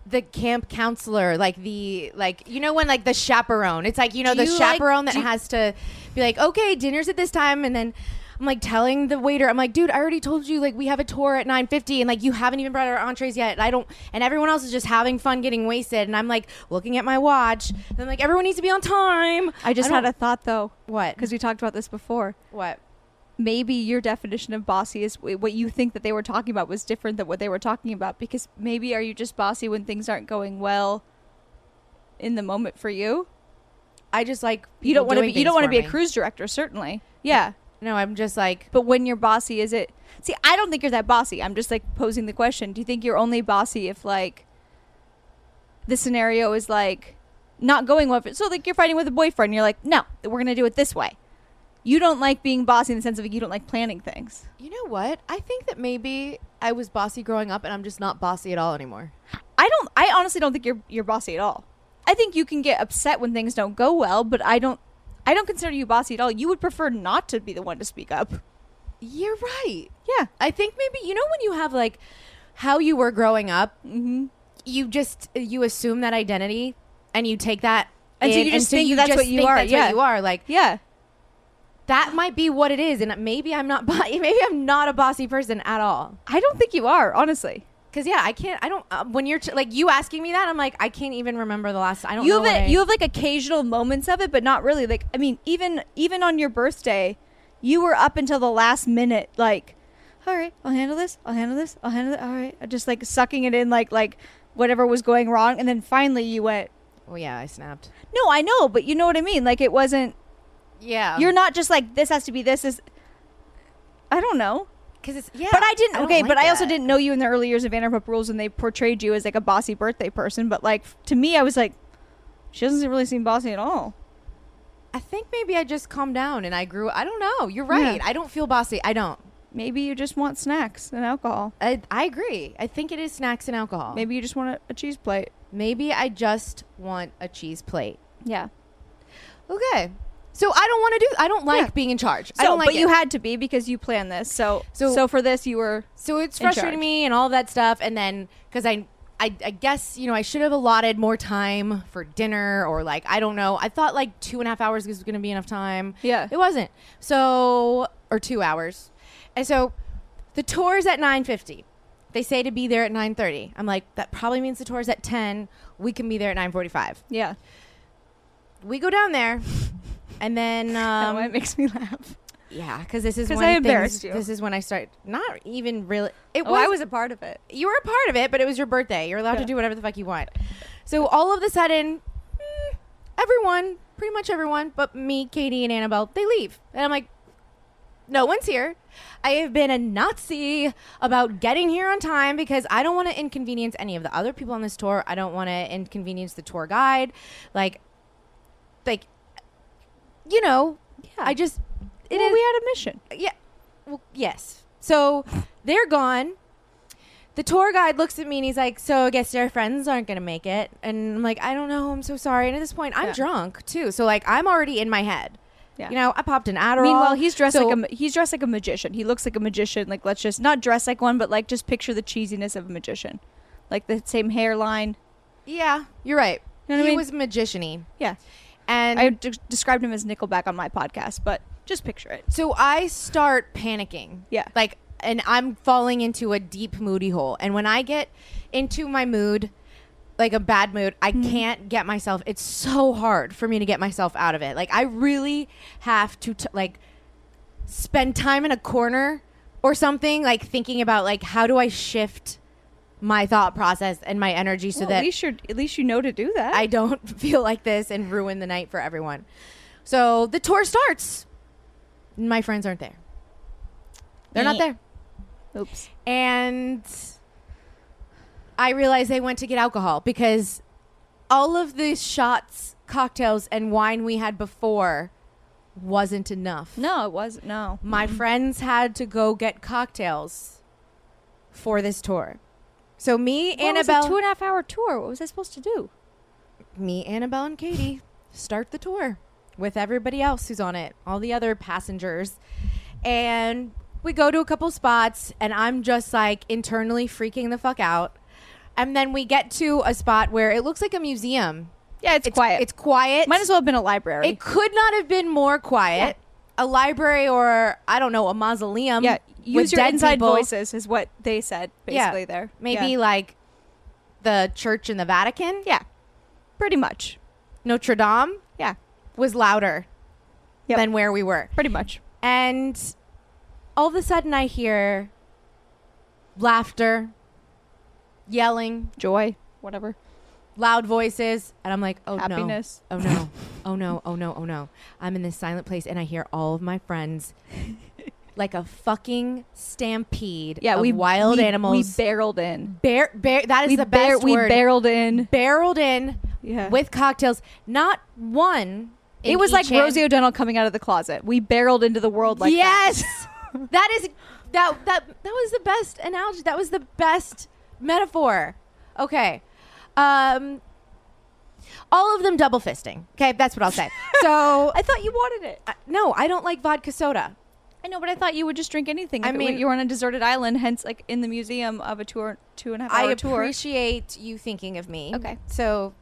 Speaker 3: the camp counselor, like the like you know when like the chaperone. It's like you know
Speaker 5: Do
Speaker 3: the
Speaker 5: you like-
Speaker 3: chaperone that
Speaker 5: do-
Speaker 3: has to be like, okay, dinner's at this time, and then. I'm like telling the waiter, I'm like, dude, I already told you like we have a tour at 9:50, and like you haven't even brought our entrees yet. And I don't, and everyone else is just having fun getting wasted, and I'm like looking at my watch. And I'm like, everyone needs to be on time.
Speaker 4: I just had
Speaker 3: don't-
Speaker 4: a thought though,
Speaker 3: what?
Speaker 4: because we talked about this before.
Speaker 3: what?
Speaker 4: Maybe your definition of bossy is w- what you think that they were talking about was different than what they were talking about. Because maybe are you just bossy when things aren't going well in the moment for you?
Speaker 3: I just like
Speaker 4: you
Speaker 3: people
Speaker 4: don't want to be
Speaker 3: doing
Speaker 4: you don't
Speaker 3: things
Speaker 4: want to
Speaker 3: for
Speaker 4: be a
Speaker 3: me.
Speaker 4: cruise director, certainly. Yeah,
Speaker 3: No, I'm just like
Speaker 4: but when you're bossy, is it? See, I don't think you're that bossy. I'm just like posing the question. Do you think you're only bossy if like the scenario is like not going well? So like you're fighting with a boyfriend, you're like, no, we're gonna do it this way. You don't like being bossy in the sense of like, you don't like planning things.
Speaker 3: you know what? I think that maybe I was bossy growing up, and I'm just not bossy at all anymore.
Speaker 4: I don't. I honestly don't think you're you're bossy at all. I think you can get upset when things don't go well, but I don't. I don't consider you bossy at all. You would prefer not to be the one to speak up.
Speaker 3: You're right.
Speaker 4: Yeah.
Speaker 3: I think maybe you know when you have like how you were growing up,
Speaker 4: Mm-hmm.
Speaker 3: you just you assume that identity and you take that
Speaker 4: And so
Speaker 3: in,
Speaker 4: you just think that's what you are,
Speaker 3: That's
Speaker 4: yeah.
Speaker 3: what you are like
Speaker 4: Yeah.
Speaker 3: that might be what it is, and maybe I'm not. Bo- maybe I'm not a bossy person at all.
Speaker 4: I don't think you are, honestly.
Speaker 3: Cause yeah, I can't. I don't. Uh, when you're t- like you asking me that, I'm like I can't even remember the last. I don't.
Speaker 4: you
Speaker 3: know
Speaker 4: have
Speaker 3: what
Speaker 4: a,
Speaker 3: I-
Speaker 4: you have like occasional moments of it, but not really. Like I mean, even even on your birthday, you were up until the last minute. Like, all right, I'll handle this. I'll handle this. I'll handle it. All right, just like sucking it in, like like whatever was going wrong, and then finally you went.
Speaker 3: Well, Oh, yeah, I snapped.
Speaker 4: No, I know, but you know what I mean. Like it wasn't.
Speaker 3: Yeah,
Speaker 4: You're not just like this has to be this is. I don't know.
Speaker 3: because it's yeah.
Speaker 4: But I didn't.
Speaker 3: don't
Speaker 4: okay,
Speaker 3: like
Speaker 4: but I also
Speaker 3: that.
Speaker 4: didn't know you in the early years of Vanderpump Rules, and they portrayed you as like a bossy birthday person. But like f- to me, I was like, she doesn't really seem bossy at all.
Speaker 3: I think maybe I just calmed down and I grew. I don't know. You're right. I don't feel bossy. I don't.
Speaker 4: Maybe you just want snacks and alcohol.
Speaker 3: I, I agree. I think it is snacks and alcohol. Maybe
Speaker 4: Maybe you just want a, a cheese plate.
Speaker 3: maybe I just want a cheese plate.
Speaker 4: Yeah.
Speaker 3: Okay. So I don't want to do. I don't like
Speaker 4: Yeah.
Speaker 3: being in charge.
Speaker 4: So,
Speaker 3: I don't like
Speaker 4: but
Speaker 3: it.
Speaker 4: you had to be because you planned this. So,
Speaker 3: So-
Speaker 4: so, for this, you were.
Speaker 3: So it's
Speaker 4: in
Speaker 3: frustrating
Speaker 4: charge.
Speaker 3: me and all that stuff. And then because I, I, I guess you know I should have allotted more time for dinner or like I don't know. I thought like two and a half hours was going to be enough time.
Speaker 4: Yeah.
Speaker 3: it wasn't. So or two hours, and so the tour is at nine fifty. They say to be there at nine thirty. I'm like that probably means the tour is at ten. We can be there at nine forty five.
Speaker 4: Yeah.
Speaker 3: We go down there, and then
Speaker 4: Um,
Speaker 3: um,
Speaker 4: it makes me laugh.
Speaker 3: yeah, because this is
Speaker 4: 'Cause
Speaker 3: when
Speaker 4: I
Speaker 3: things-
Speaker 4: embarrassed you.
Speaker 3: This is when I start not even really. It
Speaker 4: Oh, I was a part of it.
Speaker 3: you were a part of it, but it was your birthday. You're allowed to
Speaker 4: Yeah.
Speaker 3: do whatever the fuck you want. So all of a sudden, mm, everyone, pretty much everyone, but me, Katie, and Annabelle, they leave, and I'm like, no one's here. I have been a Nazi about getting here on time because I don't want to inconvenience any of the other people on this tour. I don't want to inconvenience the tour guide, like, like, you know, I just it
Speaker 4: Well,
Speaker 3: is-
Speaker 4: we had a mission.
Speaker 3: yeah. Well, yes. So they're gone. The tour guide looks at me and he's like, "So I guess your friends aren't gonna make it." And I'm like, "I don't know. I'm so sorry." And at this point, I'm
Speaker 4: Yeah.
Speaker 3: drunk too, so like I'm already in my head.
Speaker 4: Yeah.
Speaker 3: You know, I popped an Adderall.
Speaker 4: Meanwhile, he's dressed
Speaker 3: so
Speaker 4: like a ma- he's dressed like a magician. He looks like a magician. Like let's just not dress like one, but like just picture the cheesiness of a magician, like the same hairline.
Speaker 3: yeah. You're right.
Speaker 4: You know what I
Speaker 3: he
Speaker 4: mean?
Speaker 3: was magiciany,
Speaker 4: Yeah,
Speaker 3: and
Speaker 4: I de- described him as Nickelback on my podcast, but just picture it.
Speaker 3: So I start panicking.
Speaker 4: Yeah.
Speaker 3: Like, and I'm falling into a deep moody hole. And when I get into my mood, like a bad mood, I
Speaker 4: Mm-hmm.
Speaker 3: can't get myself. It's so hard for me to get myself out of it. Like, I really have to, t- like, spend time in a corner or something, like, thinking about, like, how do I shift my thought process and my energy so
Speaker 4: Well,
Speaker 3: that
Speaker 4: at least you at least you know to do that.
Speaker 3: I don't feel like this and ruin the night for everyone. So the tour starts. My friends aren't there. They're not there.
Speaker 4: Oops.
Speaker 3: And I realized they went to get alcohol because all of the shots, cocktails, and wine we had before wasn't enough.
Speaker 4: No, it wasn't. No.
Speaker 3: My friends had to go get cocktails for this tour. So me,
Speaker 4: Well, it was
Speaker 3: Annabelle,
Speaker 4: a two and a half hour tour. What was I supposed to do?
Speaker 3: me, Annabelle, and Katie start the tour with everybody else who's on it, all the other passengers. And we go to a couple spots, and I'm just like internally freaking the fuck out. And then we get to a spot where it looks like a museum.
Speaker 4: Yeah, it's, quiet.
Speaker 3: It's quiet.
Speaker 4: Might as well have been a library.
Speaker 3: It could not have been more quiet. A library or I don't know, a mausoleum.
Speaker 4: yeah,
Speaker 3: with
Speaker 4: use your
Speaker 3: dead
Speaker 4: inside
Speaker 3: people.
Speaker 4: voices is what they said basically there.
Speaker 3: Maybe
Speaker 4: yeah.
Speaker 3: like the church in the Vatican.
Speaker 4: yeah, pretty much.
Speaker 3: Notre Dame
Speaker 4: Yeah,
Speaker 3: was louder
Speaker 4: Yep.
Speaker 3: than where we were.
Speaker 4: pretty much.
Speaker 3: And all of a sudden I hear laughter, yelling,
Speaker 4: Joy, whatever.
Speaker 3: loud voices, and I'm like, oh
Speaker 4: Happiness.
Speaker 3: no. Oh no. Oh no. Oh no. Oh no. I'm in this silent place and I hear all of my friends like a fucking stampede
Speaker 4: Yeah,
Speaker 3: of
Speaker 4: we
Speaker 3: wild
Speaker 4: we-
Speaker 3: animals.
Speaker 4: We barreled in.
Speaker 3: Bear, bear, that is
Speaker 4: we
Speaker 3: the best
Speaker 4: bar- we
Speaker 3: word.
Speaker 4: barreled in.
Speaker 3: barreled in
Speaker 4: Yeah.
Speaker 3: with cocktails. Not one. in
Speaker 4: It was like
Speaker 3: each hand.
Speaker 4: Rosie O'Donnell coming out of the closet. We barreled into the world like
Speaker 3: yes,
Speaker 4: that.
Speaker 3: that is that that that was the best analogy. That was the best metaphor. Okay, um, all of them double fisting. Okay, that's what I'll say. So
Speaker 4: I thought you wanted it.
Speaker 3: uh, no, I don't like vodka soda.
Speaker 4: I know, but I thought you would just drink anything.
Speaker 3: I
Speaker 4: I mean,
Speaker 3: mean-
Speaker 4: you were on a deserted island, hence like in the museum of a tour, two and a half hour
Speaker 3: I
Speaker 4: tour.
Speaker 3: appreciate you thinking of me.
Speaker 4: Okay.
Speaker 3: so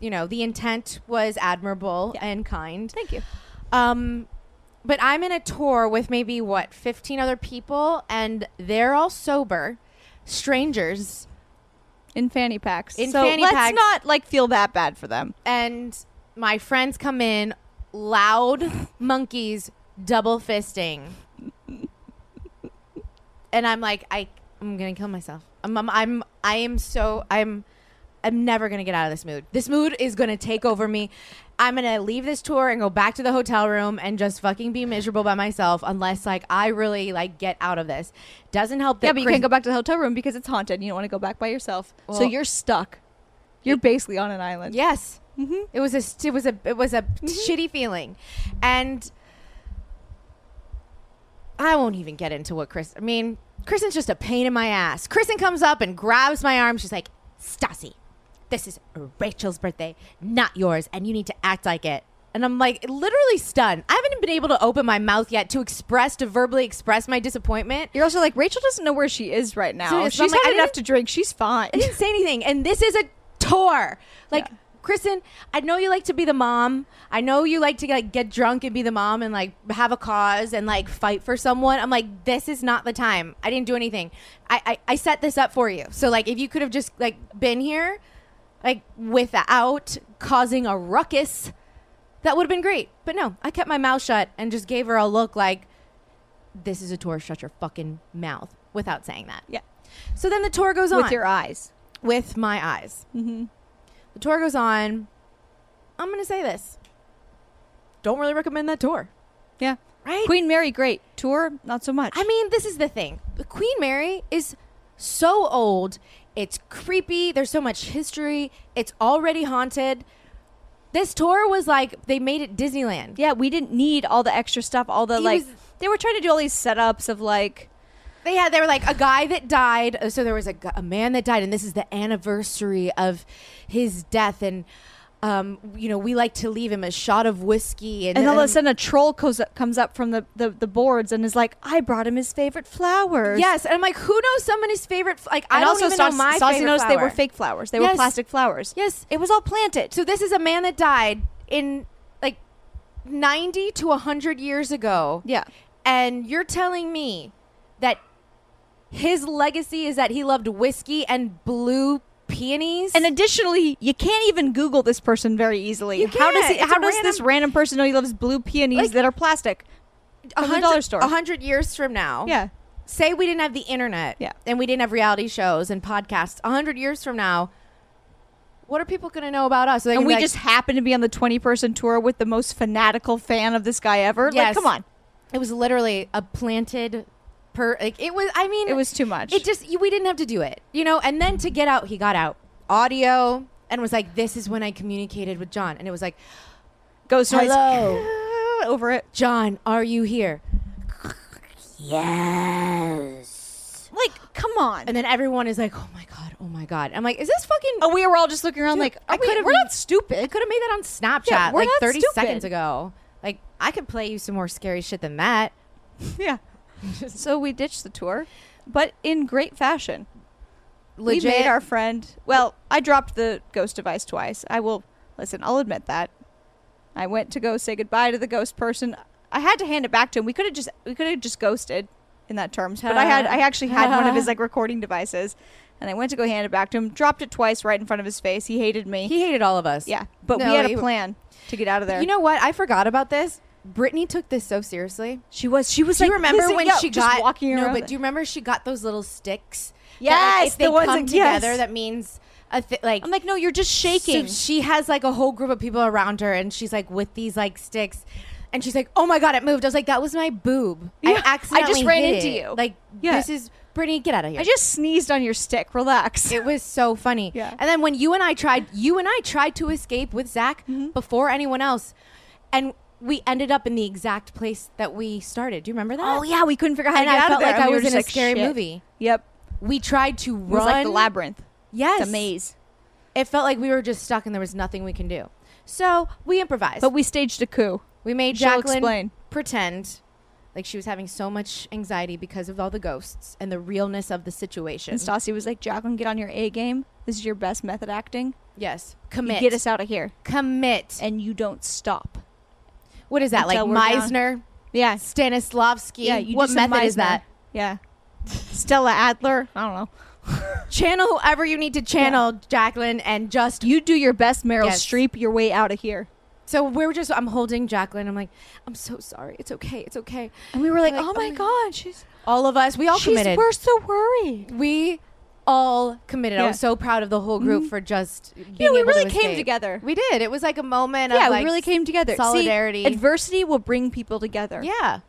Speaker 3: you know the intent was admirable
Speaker 4: Yeah.
Speaker 3: and kind.
Speaker 4: Thank you.
Speaker 3: Um, but I'm in a tour with maybe what 15 other people, and they're all sober, strangers,
Speaker 4: In fanny packs.
Speaker 3: In
Speaker 4: so
Speaker 3: fanny
Speaker 4: let's
Speaker 3: packs.
Speaker 4: not like feel that bad for them.
Speaker 3: and my friends come in, loud monkeys, double fisting, and I'm like, I, I'm gonna kill myself. I'm, I'm, I'm, I am so, I'm, I'm never gonna get out of this mood. This mood is gonna take over me. I'm gonna leave this tour and go back to the hotel room and just fucking be miserable by myself unless like I really like get out of this. Doesn't help. That
Speaker 4: yeah, but you
Speaker 3: Chris-
Speaker 4: can't go back to the hotel room because it's haunted. You don't want to go back by yourself. so
Speaker 3: Well-
Speaker 4: you're stuck. You're basically on an island.
Speaker 3: Yes. It was a st- it was a it was a shitty feeling, and I won't even get into what Chris. I mean, Kristen's just a pain in my ass. Kristen comes up and grabs my arm. She's like, "Stassi, this is Rachel's birthday, not yours, and you need to act like it." And I'm like, literally stunned. I haven't been able to open my mouth yet to express to verbally express my disappointment.
Speaker 4: You're also like Rachel doesn't know where she is right now.
Speaker 3: Seriously, I'm
Speaker 4: She's
Speaker 3: like, I
Speaker 4: had enough
Speaker 3: didn't-
Speaker 4: to drink. She's fine.
Speaker 3: I didn't say anything. And this is a tour. Like,
Speaker 4: Yeah.
Speaker 3: Kristen, I know you like to be the mom. I know you like to like get drunk and be the mom and like have a cause and like fight for someone. I'm like, this is not the time. I didn't do anything. I I, I set this up for you. So like, if you could have just like been here, like without causing a ruckus, that would have been great. But no, I kept my mouth shut and just gave her a look like, this is a tour. Shut your fucking mouth without saying that.
Speaker 4: yeah.
Speaker 3: So then the tour goes on
Speaker 4: With your eyes.
Speaker 3: with my eyes. The tour goes on. I'm going to say this. Don't really recommend that tour,
Speaker 4: Yeah.
Speaker 3: right?
Speaker 4: Queen Mary, great. Tour, not so much.
Speaker 3: I mean, this is the thing. Queen Mary is so old. It's creepy. There's so much history. It's already haunted. This tour was like they made it Disneyland.
Speaker 4: yeah, we didn't need all the extra stuff, all the
Speaker 3: He
Speaker 4: like
Speaker 3: was-
Speaker 4: they were trying to do all these setups of like
Speaker 3: They had they were like a guy that died. So there was a, gu- a man that died, and this is the anniversary of his death. And um, you know, we like to leave him a shot of whiskey, and,
Speaker 4: and all of a
Speaker 3: and-
Speaker 4: sudden a troll comes up, comes up from the, the, the boards and is like, I brought him his favorite flowers.
Speaker 3: Yes, and I'm like, who knows somebody's favorite? f- Like, I
Speaker 4: And
Speaker 3: don't
Speaker 4: also
Speaker 3: even
Speaker 4: Stas-
Speaker 3: know my
Speaker 4: Stassi
Speaker 3: favorite
Speaker 4: noticed they were
Speaker 3: flower.
Speaker 4: fake flowers. They
Speaker 3: Yes.
Speaker 4: were plastic flowers.
Speaker 3: Yes,
Speaker 4: It was all planted.
Speaker 3: so this is a man that died in like 90 to 100 years ago.
Speaker 4: Yeah.
Speaker 3: and you're telling me that his legacy is that he loved whiskey and blue peonies.
Speaker 4: And additionally, you can't even Google this person very easily.
Speaker 3: You
Speaker 4: How does he,
Speaker 3: can't. It's
Speaker 4: how
Speaker 3: a
Speaker 4: does this
Speaker 3: random-
Speaker 4: random person know he loves blue peonies
Speaker 3: Like-
Speaker 4: that are plastic?
Speaker 3: a
Speaker 4: from the dollar store.
Speaker 3: A hundred years from now.
Speaker 4: Yeah.
Speaker 3: Say we didn't have the internet.
Speaker 4: Yeah.
Speaker 3: And we didn't have reality shows and podcasts. A hundred years from now. What are people going to know about us? Are they
Speaker 4: And
Speaker 3: gonna
Speaker 4: we
Speaker 3: be like,
Speaker 4: just happen to be on the 20 person tour with the most fanatical fan of this guy ever.
Speaker 3: Yes.
Speaker 4: Like, come on.
Speaker 3: It was literally a planted per like it was I mean
Speaker 4: It was too much.
Speaker 3: It just you- we didn't have to do it. You know, and then to get out, he got out audio and was like this is when I communicated with John and it was like
Speaker 4: Ghost noise.
Speaker 3: Hello.
Speaker 4: Over it.
Speaker 3: John, are you here?
Speaker 4: Like, come on.
Speaker 3: And then everyone is like, "Oh my god,
Speaker 7: oh my god. I'm like, is this fucking?
Speaker 4: Oh, we were all just looking around
Speaker 7: Dude,
Speaker 4: like,
Speaker 7: I
Speaker 4: are we,
Speaker 7: could've-
Speaker 4: we're not stupid.
Speaker 7: I could have made that on Snapchat
Speaker 4: Yeah, we're
Speaker 7: like
Speaker 4: not
Speaker 7: 30
Speaker 4: stupid.
Speaker 7: seconds ago. Like I could play you some more scary shit than that.
Speaker 4: Yeah. so we ditched the tour, but in great fashion.
Speaker 7: Legit.
Speaker 4: We made our friend. Well, I dropped the ghost device twice. I will listen. I'll admit that. I went to go say goodbye to the ghost person. I had to hand it back to him. We could have just we could have just ghosted in that terms, but I had I actually had one of his like recording devices, and I went to go hand it back to him. Dropped it twice right in front of his face. He hated me.
Speaker 7: he hated all of us.
Speaker 4: yeah, but
Speaker 7: No,
Speaker 4: we had
Speaker 7: he-
Speaker 4: a plan to get out of there.
Speaker 7: You know what? I forgot about this. Brittany took this so seriously.
Speaker 4: she was she was.
Speaker 7: Do you
Speaker 4: like,
Speaker 7: remember
Speaker 4: listen,
Speaker 7: when
Speaker 4: yo,
Speaker 7: she
Speaker 4: just
Speaker 7: got
Speaker 4: walking around?
Speaker 3: No, but do you remember she got those little sticks? that, like,
Speaker 4: Yes,
Speaker 3: if
Speaker 4: the
Speaker 3: they
Speaker 4: ones
Speaker 3: come
Speaker 4: that- yes.
Speaker 3: together, that means a thi- like.
Speaker 4: I'm like, no, you're just shaking.
Speaker 3: So she has like a whole group of people around her, and she's like with these like sticks, and she's like, "Oh my god, it moved!" I was like, "That was my boob.
Speaker 4: Yeah, I
Speaker 3: I accidentally
Speaker 4: just ran
Speaker 3: hit
Speaker 4: into
Speaker 3: it."
Speaker 4: you.
Speaker 3: Like,
Speaker 4: Yeah.
Speaker 3: this is Brittany. Get out of here.
Speaker 4: I just sneezed on your stick. Relax.
Speaker 3: It was so funny.
Speaker 4: Yeah.
Speaker 3: And then when you and I tried, you and I tried to escape with Zach before anyone else, and we ended up in the exact place that we started. Do you remember that?
Speaker 4: oh yeah, we couldn't figure out how
Speaker 3: And
Speaker 4: to get
Speaker 3: I
Speaker 4: out of
Speaker 3: felt
Speaker 4: there.
Speaker 3: like
Speaker 4: and
Speaker 3: I
Speaker 4: we were
Speaker 3: was
Speaker 4: just
Speaker 3: in a scary
Speaker 4: "Shit."
Speaker 3: movie.
Speaker 4: Yep,
Speaker 3: We tried to
Speaker 4: it was
Speaker 3: run.
Speaker 4: like the labyrinth.
Speaker 3: Yes.
Speaker 4: It's a maze.
Speaker 3: It felt like we were just stuck and there was nothing we can do. So we improvised.
Speaker 4: But we staged a coup.
Speaker 3: we made
Speaker 4: She'll
Speaker 3: Jacqueline
Speaker 4: explain.
Speaker 3: pretend like she was having so much anxiety because of all the ghosts and the realness of the situation.
Speaker 4: And Stassi was like, "Jacqueline, get on your A game. This is your best method acting.
Speaker 3: Yes.
Speaker 4: You
Speaker 3: Commit.
Speaker 4: get us out of here,
Speaker 3: Commit.
Speaker 4: and you don't stop."
Speaker 3: What is that? Like
Speaker 4: Until we're down.
Speaker 3: Meisner?
Speaker 4: Yeah,
Speaker 3: Stanislavski.
Speaker 4: yeah. You
Speaker 3: what
Speaker 4: do some
Speaker 3: method is
Speaker 4: Meisner.
Speaker 3: that?
Speaker 4: Yeah, Stella Adler. I don't know.
Speaker 3: Channel whoever you need to channel, Jacqueline, and just
Speaker 4: You do your best, Meryl
Speaker 3: Yes.
Speaker 4: Streep, your way out of here.
Speaker 3: so we're just. I'm holding Jacqueline. I'm like, I'm so sorry. It's okay. It's okay.
Speaker 4: And we were like,
Speaker 3: Like,
Speaker 4: "Oh
Speaker 3: oh
Speaker 4: my
Speaker 3: my
Speaker 4: god, she's
Speaker 3: All of us, we all
Speaker 4: she's
Speaker 3: committed.
Speaker 4: we're so worried."
Speaker 3: we all committed. I
Speaker 4: Yeah. Mm-hmm.
Speaker 3: was so proud of the whole group for just. Being
Speaker 4: Yeah, we
Speaker 3: able to
Speaker 4: really came
Speaker 3: escape.
Speaker 4: together.
Speaker 3: We did. It was like a moment.
Speaker 4: yeah,
Speaker 3: of like
Speaker 4: we really came together. See,
Speaker 3: Solidarity.
Speaker 4: adversity will bring people together.
Speaker 3: yeah,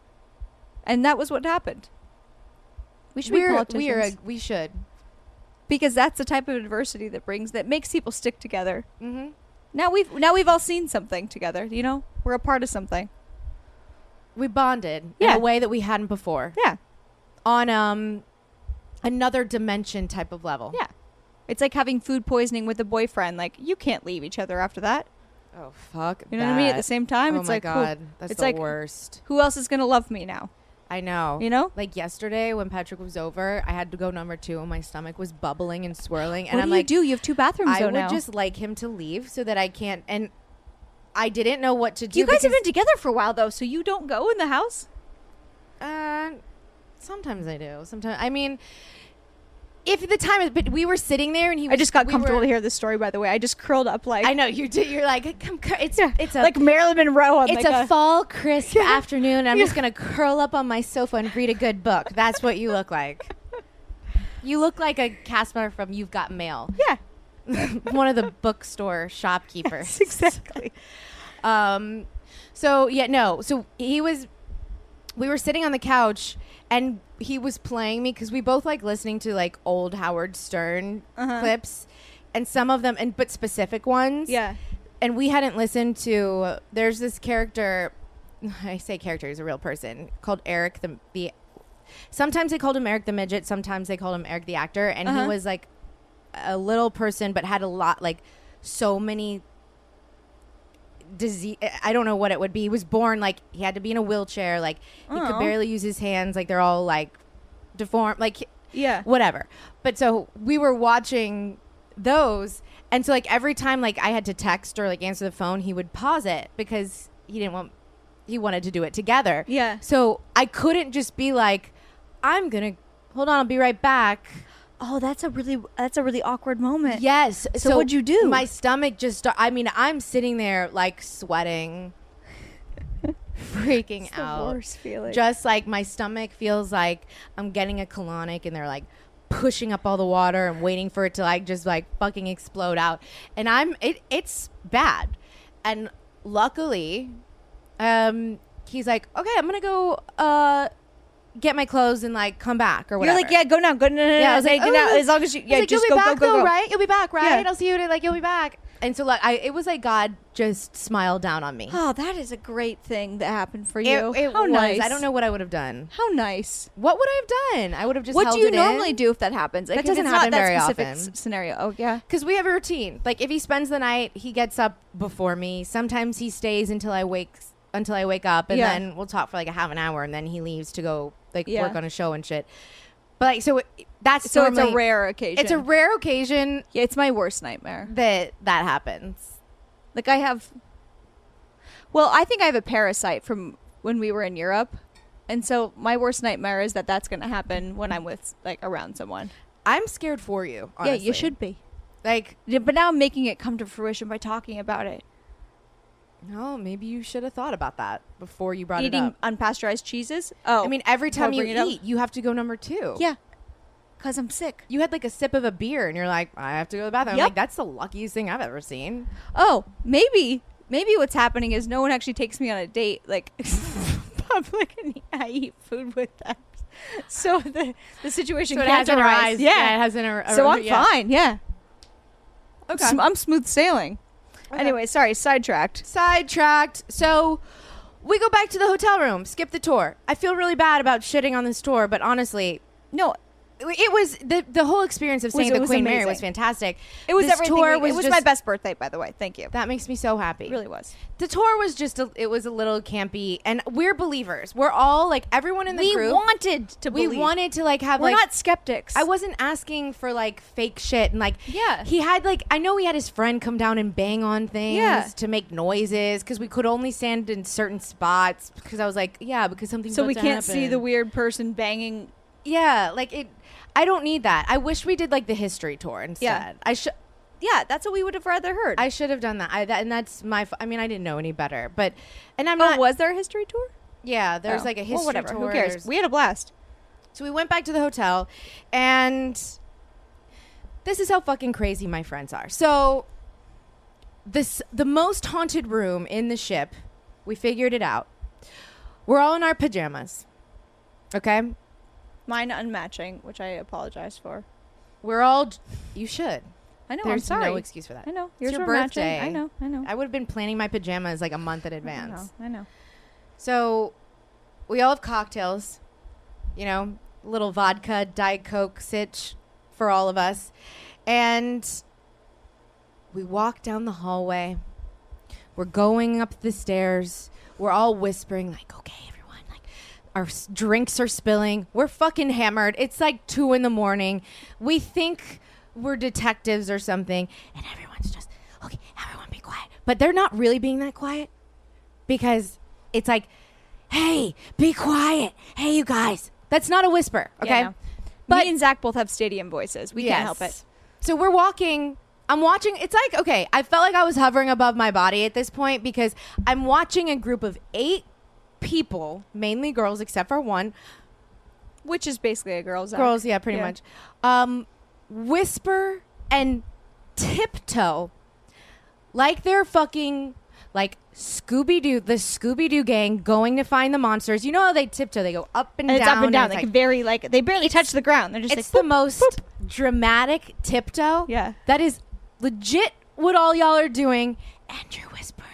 Speaker 4: and that was what happened. We should be
Speaker 3: we're
Speaker 4: politicians
Speaker 3: we are a, we should.
Speaker 4: because that's the type of adversity that brings that makes people stick together. Mm-hmm. Now we've now we've all seen something together. You know, we're a part of something.
Speaker 3: We bonded
Speaker 4: Yeah.
Speaker 3: in a way that we hadn't before
Speaker 4: Yeah,
Speaker 3: on um another dimension type of level.
Speaker 4: yeah. It's like having food poisoning with a boyfriend. Like you can't leave each other after that.
Speaker 3: Oh fuck.
Speaker 4: You know what I mean? At the
Speaker 3: that.
Speaker 4: same time,
Speaker 3: oh
Speaker 4: it's
Speaker 3: my
Speaker 4: like who-
Speaker 3: god, that's
Speaker 4: it's
Speaker 3: the
Speaker 4: like,
Speaker 3: worst.
Speaker 4: Who else is gonna love me now?
Speaker 3: I know.
Speaker 4: You know?
Speaker 3: like yesterday when Patrick was over, I had to go number two, and my stomach was bubbling and swirling, and
Speaker 4: what
Speaker 3: I'm
Speaker 4: do
Speaker 3: like,
Speaker 4: you do? You have two bathrooms
Speaker 3: I
Speaker 4: though
Speaker 3: would
Speaker 4: now.
Speaker 3: just like him to leave so that I can't. And I didn't know what to do.
Speaker 4: you guys have
Speaker 3: because-
Speaker 4: been together for a while though, so you don't go in the house.
Speaker 3: Uh, sometimes I do. Sometimes I mean, if the time is, but we were sitting there, and he. Was,
Speaker 4: I just got
Speaker 3: we
Speaker 4: comfortable
Speaker 3: were-
Speaker 4: to hear this story. By the way, I just curled up like
Speaker 3: I know you did. You're like, come, cur- it's it's a
Speaker 4: like Marilyn Monroe on
Speaker 3: it's
Speaker 4: like
Speaker 3: a,
Speaker 4: a
Speaker 3: fall crisp afternoon. And I'm just gonna curl up on my sofa and read a good book. That's what you look like. You look like a cast member from You've Got Mail.
Speaker 4: yeah.
Speaker 3: one of the bookstore shopkeepers.
Speaker 4: exactly.
Speaker 3: Um, so yeah, no. So he was, we were sitting on the couch, and he was playing me because we both like listening to like old Howard Stern
Speaker 4: Uh-huh.
Speaker 3: clips, and some of them, and but specific ones.
Speaker 4: Yeah.
Speaker 3: And we hadn't listened to. There's this character. I say character. He's a real person called Eric the the. Sometimes they called him Eric the midget. Sometimes they called him Eric the actor, and he was like a little person, but had a lot like so many disease i don't know what it would be he was born like he had to be in a wheelchair like he could barely use his hands like they're all like deformed like
Speaker 4: Yeah.
Speaker 3: whatever but so we were watching those and so like every time like i had to text or like answer the phone he would pause it because he didn't want he wanted to do it together
Speaker 4: Yeah.
Speaker 3: so i couldn't just be like i'm gonna hold on i'll be right back
Speaker 4: Oh, that's a really that's a really awkward moment.
Speaker 3: yes
Speaker 4: So what'd you do?
Speaker 3: my stomach just sta- i mean i'm sitting there like sweating freaking
Speaker 4: the
Speaker 3: out
Speaker 4: worst feeling.
Speaker 3: just like my stomach feels like I'm getting a colonic and they're like pushing up all the water and waiting for it to like just like fucking explode out. And I'm it it's bad. And luckily, um he's like, "Okay, I'm going to go uh get my clothes and like come back or
Speaker 4: You're
Speaker 3: whatever."
Speaker 4: like, yeah, go now, go no, no, no,
Speaker 3: yeah, I was
Speaker 4: no,
Speaker 3: like,
Speaker 4: go
Speaker 3: "Oh."
Speaker 4: now. As long as you,
Speaker 3: I was
Speaker 4: yeah,
Speaker 3: like,
Speaker 4: just
Speaker 3: you'll
Speaker 4: go,
Speaker 3: be
Speaker 4: go,
Speaker 3: back
Speaker 4: go,
Speaker 3: though,
Speaker 4: go.
Speaker 3: right? You'll be back, right?
Speaker 4: Yeah.
Speaker 3: I'll see you. in- Like, you'll be back. And so like I it was like God just smiled down on me.
Speaker 4: Oh, that is a great thing that happened for
Speaker 3: It,
Speaker 4: you.
Speaker 3: it
Speaker 4: How
Speaker 3: was.
Speaker 4: nice.
Speaker 3: I don't know what I would have done.
Speaker 4: How nice.
Speaker 3: What would I have done? I would have just
Speaker 4: what
Speaker 3: held
Speaker 4: do you
Speaker 3: it
Speaker 4: normally
Speaker 3: in.
Speaker 4: do if that happens?
Speaker 3: That
Speaker 4: Like, if
Speaker 3: doesn't
Speaker 4: it's not
Speaker 3: happen
Speaker 4: that
Speaker 3: very
Speaker 4: specific
Speaker 3: often.
Speaker 4: s- scenario. Oh, yeah.
Speaker 3: Because we have a routine. Like if he spends the night, he gets up before me. Sometimes he stays until I wake until I wake up, and
Speaker 4: Yeah.
Speaker 3: then we'll talk for like a half an hour, and then he leaves to go like
Speaker 4: Yeah.
Speaker 3: work on a show and shit. But like so, it, that's
Speaker 4: So it's
Speaker 3: normally-
Speaker 4: a rare occasion.
Speaker 3: It's a rare occasion
Speaker 4: yeah, it's my worst nightmare.
Speaker 3: that that happens.
Speaker 4: Like I have. Well, I think I have a parasite from when we were in Europe, and so my worst nightmare is that that's going to happen when I'm with like around someone.
Speaker 3: I'm scared for you.
Speaker 4: Yeah, you should be.
Speaker 3: like.
Speaker 4: Yeah, but now I'm making it come to fruition by talking about it.
Speaker 3: No, maybe you should have thought about that before you brought it
Speaker 4: Eating
Speaker 3: up.
Speaker 4: unpasteurized cheeses. Oh,
Speaker 3: I mean, every
Speaker 4: before I
Speaker 3: time you
Speaker 4: bring it up?
Speaker 3: eat, you have to go number two.
Speaker 4: yeah, because I'm sick.
Speaker 3: You had like a sip of a beer and you're like, I have to go to the bathroom. I'm
Speaker 4: Yep.
Speaker 3: like, that's the luckiest thing I've ever seen.
Speaker 4: Oh, maybe maybe what's happening is no one actually takes me on a date like public, and I eat food with them. So the the situation
Speaker 3: So it
Speaker 4: can't
Speaker 3: hasn't
Speaker 4: arise.
Speaker 3: arise. it hasn't ar-
Speaker 4: so I'm
Speaker 3: yeah.
Speaker 4: fine. Yeah.
Speaker 3: Okay.
Speaker 4: Sm- I'm smooth sailing. Anyway, sorry, sidetracked.
Speaker 3: Sidetracked. So we go back to the hotel room, skip the tour. I feel really bad about shitting on this tour, but honestly,
Speaker 4: No,
Speaker 3: it was the, the whole experience of
Speaker 4: Was-
Speaker 3: seeing
Speaker 4: it
Speaker 3: the
Speaker 4: was
Speaker 3: Queen Mary
Speaker 4: amazing.
Speaker 3: was fantastic.
Speaker 4: it was
Speaker 3: this
Speaker 4: everything.
Speaker 3: Tour
Speaker 4: we-
Speaker 3: was
Speaker 4: it was
Speaker 3: just,
Speaker 4: my best birthday, by the way. Thank you.
Speaker 3: That makes me so happy.
Speaker 4: It really was.
Speaker 3: the tour was just a, it was a little campy and we're believers we're all like everyone in the
Speaker 4: We
Speaker 3: group
Speaker 4: wanted to
Speaker 3: we
Speaker 4: believe.
Speaker 3: wanted to like have
Speaker 4: We're
Speaker 3: like
Speaker 4: not skeptics.
Speaker 3: I wasn't asking for like fake shit and like
Speaker 4: Yeah.
Speaker 3: he had like I know he had his friend come down and bang on things
Speaker 4: Yeah.
Speaker 3: to make noises because we could only stand in certain spots because I was like yeah because something
Speaker 4: so we can't see the weird person banging.
Speaker 3: yeah like it I don't need that I wish we did like the history tour instead I should
Speaker 4: Yeah, that's what we would have rather heard.
Speaker 3: I should have done that I that, and that's my f- I mean I didn't know any better but and I'm
Speaker 4: oh,
Speaker 3: not
Speaker 4: was there a history tour?
Speaker 3: yeah there's
Speaker 4: Oh.
Speaker 3: like a
Speaker 4: Well,
Speaker 3: history
Speaker 4: whatever.
Speaker 3: tour
Speaker 4: Who cares?
Speaker 3: there's-
Speaker 4: We had a blast.
Speaker 3: So we went back to the hotel, and this is how fucking crazy my friends are. So this the most haunted room in the ship. We figured it out. We're all in our pajamas. Okay?
Speaker 4: Mine unmatching, which I apologize for.
Speaker 3: We're all d- you should.
Speaker 4: I know.
Speaker 3: There's
Speaker 4: I'm sorry.
Speaker 3: no excuse for that.
Speaker 4: I know.
Speaker 3: It's
Speaker 4: Yours
Speaker 3: your
Speaker 4: were matching.
Speaker 3: birthday.
Speaker 4: I know. I know.
Speaker 3: I would have been planning my pajamas like a month in
Speaker 4: I know.
Speaker 3: advance.
Speaker 4: I know.
Speaker 3: So we all have cocktails, you know, little vodka, Diet Coke, sitch for all of us. And we walk down the hallway. We're going up the stairs. We're all whispering, like, okay, everyone, like, our s- drinks are spilling. We're fucking hammered. It's like two in the morning. We think we're detectives or something. And everyone's just, okay, everyone be quiet. But they're not really being that quiet because it's like, hey, be quiet. Hey, you guys. That's not a whisper, okay?
Speaker 4: Yeah, no.
Speaker 3: But-
Speaker 4: Me and Zach both have stadium voices. We can't help it.
Speaker 3: Yes. So we're walking. I'm watching. It's like, okay, I felt like I was hovering above my body at this point because I'm watching a group of eight people, mainly girls, except for one.
Speaker 4: Which is basically a girl's. Zach.
Speaker 3: Girls, yeah, pretty
Speaker 4: Yeah.
Speaker 3: much. Um, whisper and tiptoe like they're fucking like Scooby Doo, the Scooby Doo gang going to find the monsters. You know how they tiptoe? They go up and,
Speaker 4: And it's
Speaker 3: down.
Speaker 4: up and down.
Speaker 3: it's
Speaker 4: Like,
Speaker 3: like-
Speaker 4: very like they barely touch the ground. They're just
Speaker 3: it's
Speaker 4: like
Speaker 3: the most dramatic tiptoe.
Speaker 4: Yeah.
Speaker 3: That is legit what all y'all are doing. And you're whispering.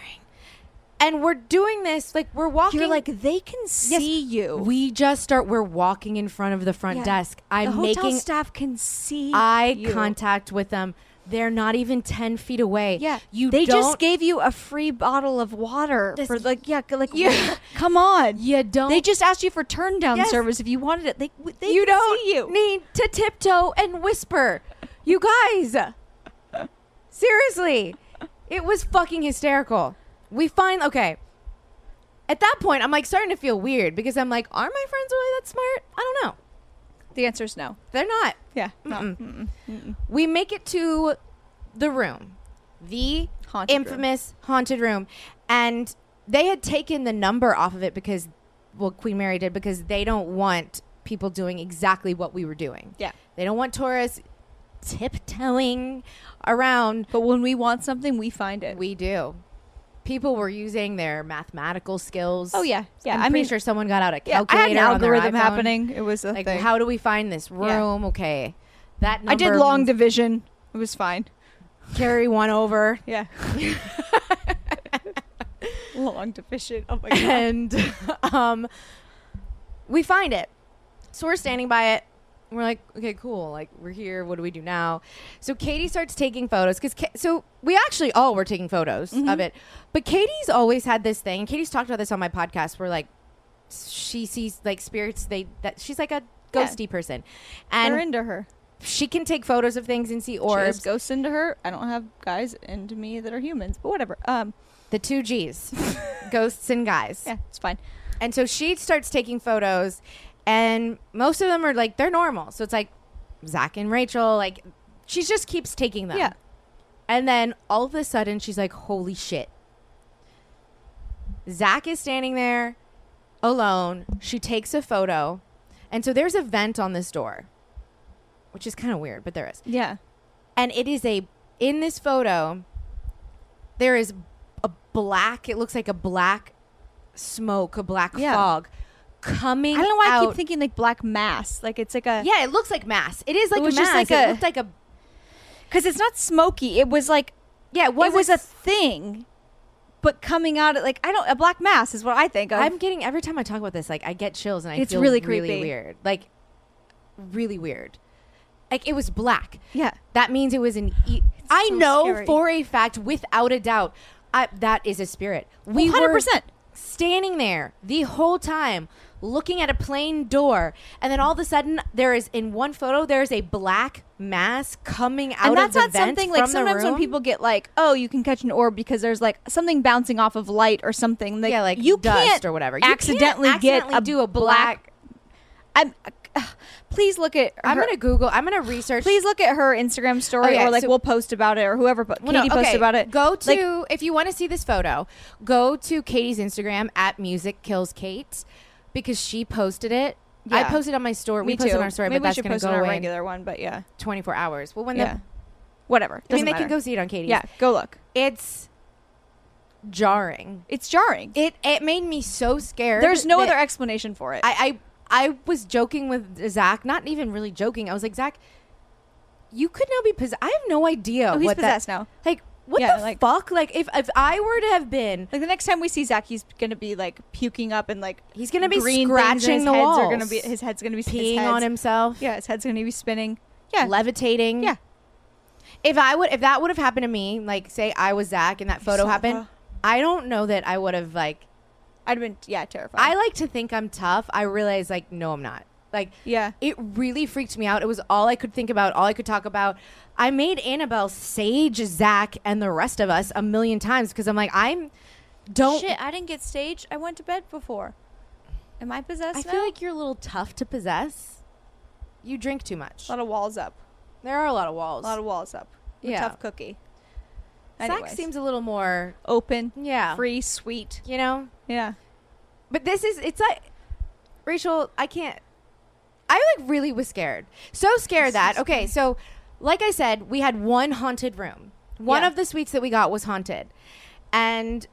Speaker 3: And we're doing this, like we're walking
Speaker 4: You're like they can
Speaker 3: Yes,
Speaker 4: see you.
Speaker 3: We just start we're walking in front of the front
Speaker 4: Yeah.
Speaker 3: desk.
Speaker 4: the
Speaker 3: I'm
Speaker 4: hotel
Speaker 3: making
Speaker 4: staff can see
Speaker 3: eye
Speaker 4: you.
Speaker 3: contact with them. They're not even ten feet away.
Speaker 4: Yeah,
Speaker 3: You
Speaker 4: They
Speaker 3: don't,
Speaker 4: just gave you a free bottle of water
Speaker 3: This-
Speaker 4: for like yeah, like
Speaker 3: Yeah.
Speaker 4: come on.
Speaker 3: you don't
Speaker 4: They just asked you for turn down
Speaker 3: Yes.
Speaker 4: service if you wanted it. They they
Speaker 3: you
Speaker 4: can
Speaker 3: don't
Speaker 4: see you.
Speaker 3: need to tiptoe and whisper. You guys, seriously, it was fucking hysterical. We find okay. At that point, I'm like starting to feel weird because I'm like, are my friends really that smart? I don't know.
Speaker 4: The answer is no.
Speaker 3: They're not.
Speaker 4: Yeah.
Speaker 3: We make it to the room, the
Speaker 4: Haunted room.
Speaker 3: infamous haunted room, and they had taken the number off of it because, well, Queen Mary did because they don't want people doing exactly what we were doing.
Speaker 4: Yeah.
Speaker 3: they don't want tourists tiptoeing around.
Speaker 4: But when we want something, we find it.
Speaker 3: We do. People were using their mathematical skills.
Speaker 4: Oh, yeah. Yeah,
Speaker 3: I'm
Speaker 4: I
Speaker 3: pretty
Speaker 4: mean-
Speaker 3: sure someone got out a
Speaker 4: yeah, I
Speaker 3: calculator.
Speaker 4: had an
Speaker 3: on their
Speaker 4: algorithm
Speaker 3: iPhone.
Speaker 4: happening. It was a
Speaker 3: Like,
Speaker 4: thing.
Speaker 3: how do we find this room? Okay, that number
Speaker 4: I did long
Speaker 3: means-
Speaker 4: division. It was fine.
Speaker 3: carry one over.
Speaker 4: Yeah. Long deficient. Oh my god.
Speaker 3: and um, we find it. So we're standing by it. And we're like, okay, cool. Like we're here. What do we do now? So Katie starts taking photos because Ka- so we actually all were taking photos
Speaker 4: Mm-hmm.
Speaker 3: of it. But Katie's always had this thing. Katie's talked about this on my podcast. Where like she sees like spirits. They that she's like a
Speaker 4: Yeah.
Speaker 3: ghosty person,
Speaker 4: They're
Speaker 3: and
Speaker 4: into her.
Speaker 3: she can take photos of things and see
Speaker 4: Or
Speaker 3: orbs.
Speaker 4: ghosts into her. I don't have guys into me that are humans, but whatever. Um,
Speaker 3: the two G's, ghosts and guys.
Speaker 4: yeah, it's fine.
Speaker 3: And so she starts taking photos, and most of them are like they're normal. So it's like Zach and Rachel. Like she just keeps taking them.
Speaker 4: Yeah.
Speaker 3: And then all of a sudden she's like, "Holy shit!" Zach is standing there alone. She takes a photo, and so there's a vent on this door, which is kind of weird, but there is.
Speaker 4: Yeah.
Speaker 3: And it is a in this photo, there is a black. It looks like a black smoke, a black
Speaker 4: Yeah.
Speaker 3: fog coming.
Speaker 4: I don't know why I
Speaker 3: out.
Speaker 4: keep thinking like black mass. Like it's like a
Speaker 3: Yeah, it looks like mass. It is like
Speaker 4: was
Speaker 3: mass.
Speaker 4: just like
Speaker 3: it
Speaker 4: a-
Speaker 3: looked like a
Speaker 4: because it's not smoky. It was like
Speaker 3: yeah.
Speaker 4: it was
Speaker 3: a.
Speaker 4: a thing, but coming out at like I don't a black mass is what I think of.
Speaker 3: I'm getting every time I talk about this, like I get chills and I
Speaker 4: It's
Speaker 3: feel
Speaker 4: really
Speaker 3: really
Speaker 4: creepy.
Speaker 3: weird, like really weird. Like it was black.
Speaker 4: Yeah.
Speaker 3: that means it was an. E- I
Speaker 4: so
Speaker 3: know
Speaker 4: scary.
Speaker 3: for a fact, without a doubt, I, that is a spirit. We were
Speaker 4: 100%.
Speaker 3: standing there the whole time, looking at a plain door, and then all of a sudden, there is in one photo there is a black mass coming out
Speaker 4: and that's
Speaker 3: of the
Speaker 4: not
Speaker 3: vent
Speaker 4: something like
Speaker 3: from the
Speaker 4: sometimes when
Speaker 3: room.
Speaker 4: people get like oh you can catch an orb because there's like something bouncing off of light or something like
Speaker 3: Yeah, like
Speaker 4: you
Speaker 3: dust
Speaker 4: can't
Speaker 3: or whatever. You can't
Speaker 4: accidentally,
Speaker 3: accidentally
Speaker 4: get a
Speaker 3: do a black-
Speaker 4: black, i'm uh, please look at her.
Speaker 3: I'm gonna Google. I'm gonna research.
Speaker 4: please look at her instagram story
Speaker 3: Okay,
Speaker 4: or like
Speaker 3: so-
Speaker 4: we'll post about it or whoever po-
Speaker 3: Well, no,
Speaker 4: katie posted
Speaker 3: okay,
Speaker 4: about it
Speaker 3: Go
Speaker 4: Like,
Speaker 3: to if you want to see this photo, go to Katie's Instagram at music kills Kate because she posted it. I
Speaker 4: Yeah.
Speaker 3: posted on my story.
Speaker 4: me
Speaker 3: we posted
Speaker 4: too.
Speaker 3: on our story,
Speaker 4: Maybe
Speaker 3: but
Speaker 4: we
Speaker 3: that's
Speaker 4: should
Speaker 3: going to
Speaker 4: post
Speaker 3: go
Speaker 4: on our
Speaker 3: away in
Speaker 4: regular one but yeah
Speaker 3: 24 hours. Well, when
Speaker 4: yeah
Speaker 3: the I
Speaker 4: whatever
Speaker 3: mean,
Speaker 4: Doesn't
Speaker 3: they can
Speaker 4: matter.
Speaker 3: go see it on Katie's.
Speaker 4: yeah go look
Speaker 3: it's jarring.
Speaker 4: it's jarring
Speaker 3: It it made me so scared.
Speaker 4: there's no
Speaker 3: that
Speaker 4: other explanation for it
Speaker 3: I, I I was joking with Zach, not even really joking. I was like, Zach, you could now be possessed. I have no idea
Speaker 4: Oh, he's
Speaker 3: what that-
Speaker 4: possessed now.
Speaker 3: Like, what
Speaker 4: Yeah,
Speaker 3: the
Speaker 4: like-
Speaker 3: fuck? Like, if if I were to have been
Speaker 4: Like the next time we see Zach, he's gonna be like puking up and like
Speaker 3: He's gonna be
Speaker 4: green
Speaker 3: scratching
Speaker 4: things and his
Speaker 3: the
Speaker 4: heads
Speaker 3: walls.
Speaker 4: Are gonna be his head's gonna be his
Speaker 3: peeing
Speaker 4: head's-
Speaker 3: on himself.
Speaker 4: Yeah, his head's gonna be spinning. Yeah,
Speaker 3: Levitating.
Speaker 4: yeah.
Speaker 3: If I would, if that would have happened to me, like say I was Zach and that photo
Speaker 4: saw
Speaker 3: happened,
Speaker 4: her.
Speaker 3: I don't know that I would have like.
Speaker 4: I'd have been yeah terrified.
Speaker 3: I like to think I'm tough. I realize like no, I'm not. Like
Speaker 4: Yeah.
Speaker 3: it really freaked me out. It was all I could think about, all I could talk about. I made Annabelle sage Zach and the rest of us a million times because I'm like I'm don't.
Speaker 4: shit. I didn't get staged. I went to bed before. Am I possessed
Speaker 3: I
Speaker 4: now?
Speaker 3: feel like you're a little tough to possess. You drink too much.
Speaker 4: a lot of walls up.
Speaker 3: There are a lot of walls.
Speaker 4: A lot of walls up. We're
Speaker 3: Yeah.
Speaker 4: tough cookie.
Speaker 3: Zach
Speaker 4: Anyways.
Speaker 3: seems a little more,
Speaker 4: open.
Speaker 3: Yeah.
Speaker 4: free, sweet.
Speaker 3: you know.
Speaker 4: Yeah,
Speaker 3: But this is it's like Rachel, I can't I like really was scared. So scared that. Okay, so like I said, we had one haunted room. One
Speaker 4: Yeah.
Speaker 3: of the suites that we got was haunted. And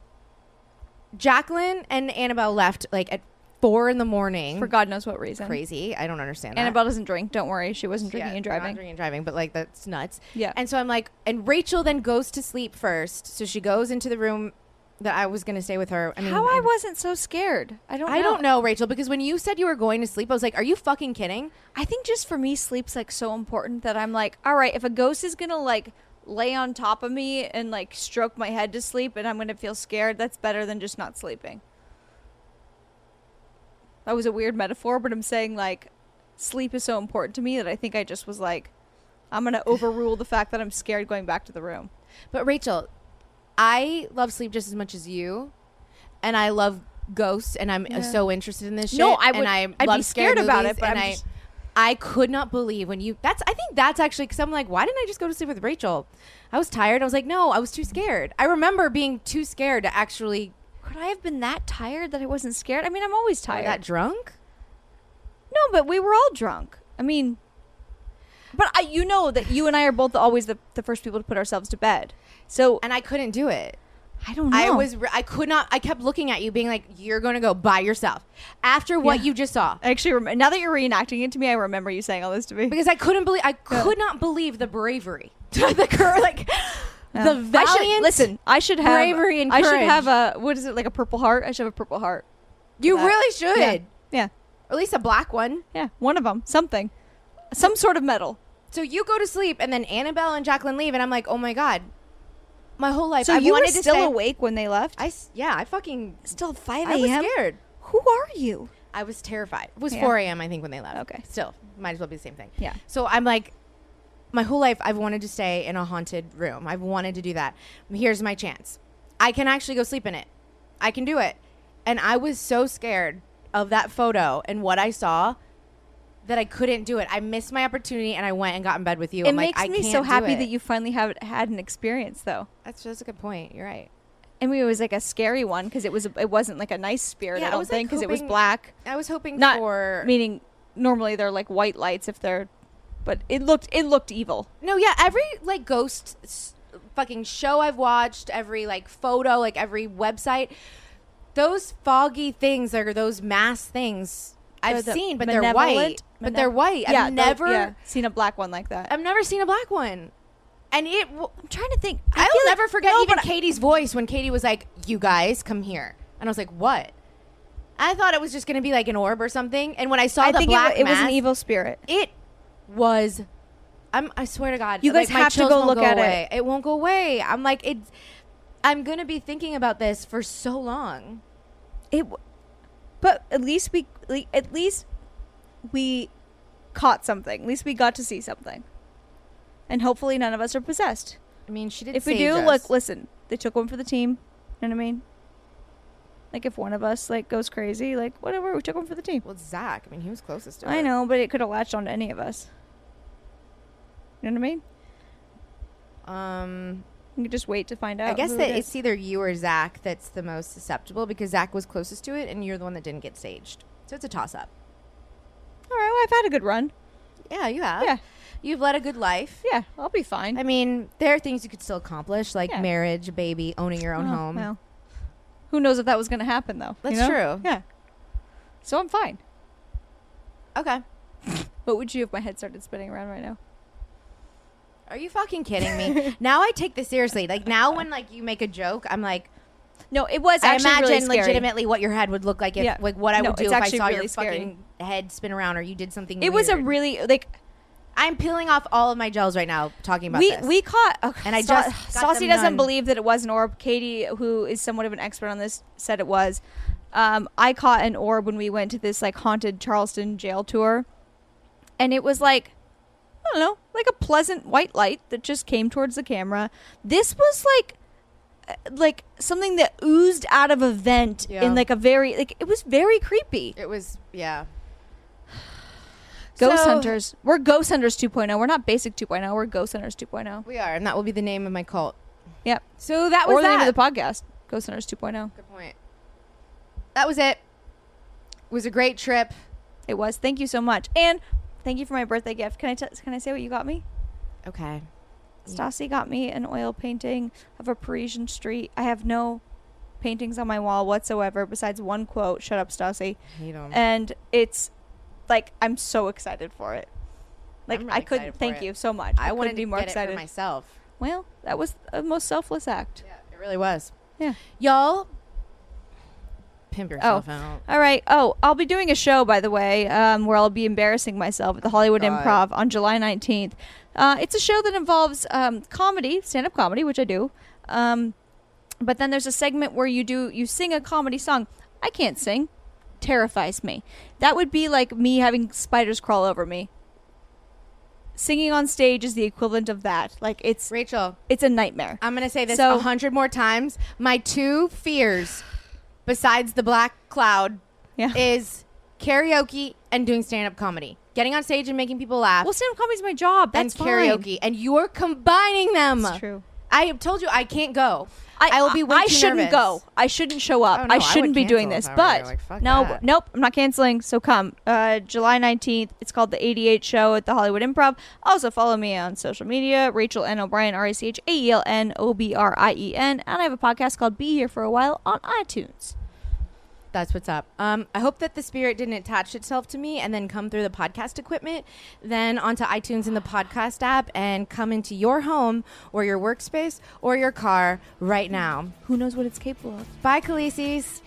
Speaker 3: Jacqueline and Annabelle left like at four in the morning.
Speaker 4: for God knows what reason.
Speaker 3: Crazy. I don't understand that.
Speaker 4: Annabelle doesn't drink. Don't worry, she wasn't drinking
Speaker 3: Yeah,
Speaker 4: and
Speaker 3: not
Speaker 4: driving.
Speaker 3: drinking and driving, but like that's nuts.
Speaker 4: Yeah.
Speaker 3: And so I'm like, and Rachel then goes to sleep first. So she goes into the room that I was going to stay with her. I mean,
Speaker 4: How I
Speaker 3: and-
Speaker 4: wasn't so scared? I don't.
Speaker 3: I
Speaker 4: know.
Speaker 3: don't know, Rachel, because when you said you were going to sleep, I was like, "Are you fucking kidding?"
Speaker 4: I think just for me, sleep's like so important that I'm like, all right, if a ghost is gonna like lay on top of me and like stroke my head to sleep and I'm gonna feel scared, that's better than just not sleeping. That was a weird metaphor, but I'm saying like sleep is so important to me that I think I just was like, I'm gonna overrule the fact that I'm scared going back to the room.
Speaker 3: But Rachel, I love sleep just as much as you, and I love ghosts, and I'm uh so interested in this shit.
Speaker 4: No, I would-
Speaker 3: And I
Speaker 4: I'd be
Speaker 3: love scary
Speaker 4: scared about
Speaker 3: movies,
Speaker 4: it, but
Speaker 3: and
Speaker 4: I'm
Speaker 3: I,
Speaker 4: just-
Speaker 3: I could not believe when you. That's. I think that's actually because I'm like, why didn't I just go to sleep with Rachel? I was tired. I was like, no, I was too scared. I remember being too scared to actually
Speaker 4: Could I have been that tired that I wasn't scared? I mean, I'm always
Speaker 3: I
Speaker 4: tired.
Speaker 3: got drunk.
Speaker 4: No, but we were all drunk. I mean, but I, you know that you and I are both always the, the first people to put ourselves to bed. So
Speaker 3: And I couldn't do it.
Speaker 4: I don't know.
Speaker 3: I was, re- I could not, I kept looking at you being like, you're going to go by yourself after what
Speaker 4: Yeah.
Speaker 3: you just saw.
Speaker 4: I actually rem- now that you're reenacting it to me, I remember you saying all this to me.
Speaker 3: because I couldn't believe I could not believe the bravery. the girl, like
Speaker 4: No.
Speaker 3: The
Speaker 4: I should-
Speaker 3: valiant
Speaker 4: listen, I should have
Speaker 3: bravery and
Speaker 4: I should
Speaker 3: courage.
Speaker 4: have a what is it like a purple heart? I should have a purple heart.
Speaker 3: You
Speaker 4: that.
Speaker 3: really should.
Speaker 4: Yeah. Yeah.
Speaker 3: Or at least a black one.
Speaker 4: Yeah. One of them. Something. Some sort of medal.
Speaker 3: So you go to sleep, and then Annabelle and Jacqueline leave, and I'm like, oh my god, my whole life.
Speaker 4: So
Speaker 3: I
Speaker 4: you were
Speaker 3: wanted to
Speaker 4: still
Speaker 3: stay-
Speaker 4: awake when they left?
Speaker 3: I s- yeah, I fucking
Speaker 4: still 5
Speaker 3: I was scared.
Speaker 4: Who are you?
Speaker 3: I was terrified. It was
Speaker 4: Yeah.
Speaker 3: 4 a.m. I think when they left.
Speaker 4: Okay.
Speaker 3: Still, might as well be the same thing.
Speaker 4: Yeah.
Speaker 3: So I'm like, my whole life I've wanted to stay in a haunted room. I've wanted to do that. Here's my chance. I can actually go sleep in it. I can do it. And I was so scared of that photo and what I saw that I couldn't do it. I missed my opportunity and I went and got in bed with you.
Speaker 4: It
Speaker 3: I'm like,
Speaker 4: makes
Speaker 3: I
Speaker 4: me
Speaker 3: can't
Speaker 4: so
Speaker 3: do
Speaker 4: happy
Speaker 3: it.
Speaker 4: that you finally have had an experience though.
Speaker 3: That's just a good point. You're right.
Speaker 4: I mean, it was like a scary one because it was it wasn't like a nice spirit.
Speaker 3: Yeah, I
Speaker 4: I don't
Speaker 3: was, like,
Speaker 4: think because it was
Speaker 3: hoping-
Speaker 4: black.
Speaker 3: I was hoping
Speaker 4: Not
Speaker 3: for
Speaker 4: meaning normally they're like white lights if they're, but it looked it looked evil.
Speaker 3: No, yeah, every like ghost s- fucking show I've watched, every like photo, like every website, those foggy things are those mass things I've
Speaker 4: They're the
Speaker 3: seen, but they're
Speaker 4: malevolent-
Speaker 3: white. But
Speaker 4: malev-
Speaker 3: they're white.
Speaker 4: Yeah,
Speaker 3: I've
Speaker 4: the-
Speaker 3: never,
Speaker 4: yeah, seen a black one like that.
Speaker 3: I've never seen a black one, and it. W-
Speaker 4: I'm trying to think.
Speaker 3: I'll
Speaker 4: feel like-
Speaker 3: never forget
Speaker 4: no,
Speaker 3: even
Speaker 4: but I-
Speaker 3: Katie's voice when Katie was like, "You guys come here," and I was like, "What?" I thought it was just gonna be like an orb or something, and when I saw
Speaker 4: I
Speaker 3: the
Speaker 4: think it, wa-
Speaker 3: black,
Speaker 4: it was an
Speaker 3: mask,
Speaker 4: evil spirit.
Speaker 3: it was I'm I swear to God,
Speaker 4: You guys
Speaker 3: like, my
Speaker 4: have to
Speaker 3: chills
Speaker 4: go
Speaker 3: won't
Speaker 4: look at it.
Speaker 3: away. It won't go away. I'm like it's I'm gonna be thinking about this for so long.
Speaker 4: It, w- but at least we le- at least we caught something. At least we got to see something, and hopefully none of us are possessed.
Speaker 3: I mean, she did.
Speaker 4: if we
Speaker 3: save
Speaker 4: do,
Speaker 3: us.
Speaker 4: look, listen, they took one for the team. You know what I mean? Like if one of us like goes crazy, like whatever, we took one for the team.
Speaker 3: well, Zach. I mean, he was closest to.
Speaker 4: I
Speaker 3: it.
Speaker 4: know, but it could have latched onto any of us. You know what I mean?
Speaker 3: Um,
Speaker 4: You could just wait to find out.
Speaker 3: I guess
Speaker 4: who
Speaker 3: that
Speaker 4: it is.
Speaker 3: it's either you or Zach that's the most susceptible because Zach was closest to it, and you're the one that didn't get staged. So it's a toss up.
Speaker 4: all right. Well, I've had a good run.
Speaker 3: Yeah, you have.
Speaker 4: Yeah.
Speaker 3: you've led a good life.
Speaker 4: Yeah, I'll be fine.
Speaker 3: I mean, there are things you could still accomplish, like
Speaker 4: Yeah.
Speaker 3: marriage, a baby, owning your own
Speaker 4: Oh,
Speaker 3: home.
Speaker 4: well. Who knows if that was going to happen though? you
Speaker 3: That's
Speaker 4: know?
Speaker 3: true.
Speaker 4: Yeah. So I'm fine.
Speaker 3: Okay.
Speaker 4: What would you if my head started spinning around right now?
Speaker 3: Are you fucking kidding me? now I take this seriously. Like now, when like you make a joke, I'm like,
Speaker 4: No, it was
Speaker 3: I
Speaker 4: actually
Speaker 3: imagine
Speaker 4: really scary.
Speaker 3: legitimately what your head would look like if
Speaker 4: Yeah.
Speaker 3: like what I
Speaker 4: No,
Speaker 3: would do
Speaker 4: it's
Speaker 3: if I
Speaker 4: actually
Speaker 3: saw your
Speaker 4: really scary.
Speaker 3: fucking head spin around or you did something.
Speaker 4: It was a
Speaker 3: weird.
Speaker 4: really like
Speaker 3: I'm peeling off all of my gels right now talking about
Speaker 4: we
Speaker 3: this.
Speaker 4: we caught
Speaker 3: And I
Speaker 4: Sau-
Speaker 3: just got
Speaker 4: saucy
Speaker 3: them
Speaker 4: doesn't
Speaker 3: done.
Speaker 4: believe that it was an orb katie who is somewhat of an expert on this said it was um, i caught an orb when we went to this like haunted charleston jail tour and it was like i don't know like a pleasant white light that just came towards the camera this was like uh, like something that oozed out of a vent
Speaker 3: Yeah.
Speaker 4: in like a very like it was very creepy
Speaker 3: it was yeah.
Speaker 4: ghost
Speaker 3: So-
Speaker 4: hunters we're ghost hunters 2.0 we're not basic 2.0 we're ghost hunters 2.0
Speaker 3: We are, and that will be the name of my cult.
Speaker 4: yep
Speaker 3: So that was
Speaker 4: or the
Speaker 3: that.
Speaker 4: name of the podcast, Ghost Hunters oh. 2.0.
Speaker 3: Good point. That was it. It was a great trip.
Speaker 4: It was. Thank you so much, and thank you for my birthday gift. Can I tell? Can I say what you got me?
Speaker 3: Okay.
Speaker 4: Stassi got me an oil painting of a Parisian street. I have no paintings on my wall whatsoever besides one quote, "Shut up, Stassi,"
Speaker 3: Hate 'em.
Speaker 4: and it's like I'm so excited for it. Like
Speaker 3: I'm really
Speaker 4: I
Speaker 3: excited
Speaker 4: couldn't
Speaker 3: for
Speaker 4: thank
Speaker 3: it.
Speaker 4: you so much.
Speaker 3: I
Speaker 4: couldn't
Speaker 3: wanted
Speaker 4: be more
Speaker 3: to get
Speaker 4: excited.
Speaker 3: it for myself.
Speaker 4: well, that was the most selfless act.
Speaker 3: Yeah, it really was.
Speaker 4: Yeah.
Speaker 3: Y'all pimp
Speaker 4: yourself
Speaker 3: out.
Speaker 4: All right. Oh, I'll be doing a show, by the way, um, where I'll be embarrassing myself at the Hollywood Improv on July 19th. Uh, it's a show that involves um, comedy, stand up comedy, which I do. Um, but then there's a segment where you do you sing a comedy song. I can't sing. Terrifies me. That would be like me having spiders crawl over me. Singing on stage is the equivalent of that. Like it's
Speaker 3: Rachel,
Speaker 4: it's a nightmare.
Speaker 3: I'm going to say this a
Speaker 4: So-
Speaker 3: hundred more times. My two fears, besides the black cloud,
Speaker 4: Yeah.
Speaker 3: is karaoke and doing stand up comedy. Getting on stage and making people laugh.
Speaker 4: well, stand up comedy's my job. That's
Speaker 3: and
Speaker 4: fine.
Speaker 3: karaoke. And you're combining them.
Speaker 4: It's true.
Speaker 3: I have told you I can't go. I, will be way
Speaker 4: I
Speaker 3: too
Speaker 4: shouldn't
Speaker 3: nervous.
Speaker 4: go. I shouldn't show up.
Speaker 3: Oh, no, I
Speaker 4: I
Speaker 3: would
Speaker 4: shouldn't be doing
Speaker 3: cancel if I
Speaker 4: this.
Speaker 3: were you.
Speaker 4: But
Speaker 3: Like, fuck
Speaker 4: no,
Speaker 3: that.
Speaker 4: nope, I'm not canceling. So come, uh, July 19th. It's called the 88 Show at the Hollywood Improv. Also follow me on social media, Rachel N O'Brien, R A C H A E L N O B R I E N, and I have a podcast called Be Here for a While on iTunes.
Speaker 3: That's what's up. Um, I hope that the spirit didn't attach itself to me and then come through the podcast equipment, then onto iTunes and the podcast app, and come into your home or your workspace or your car right now.
Speaker 4: Who knows what it's capable of?
Speaker 3: Bye, Khaleesi's.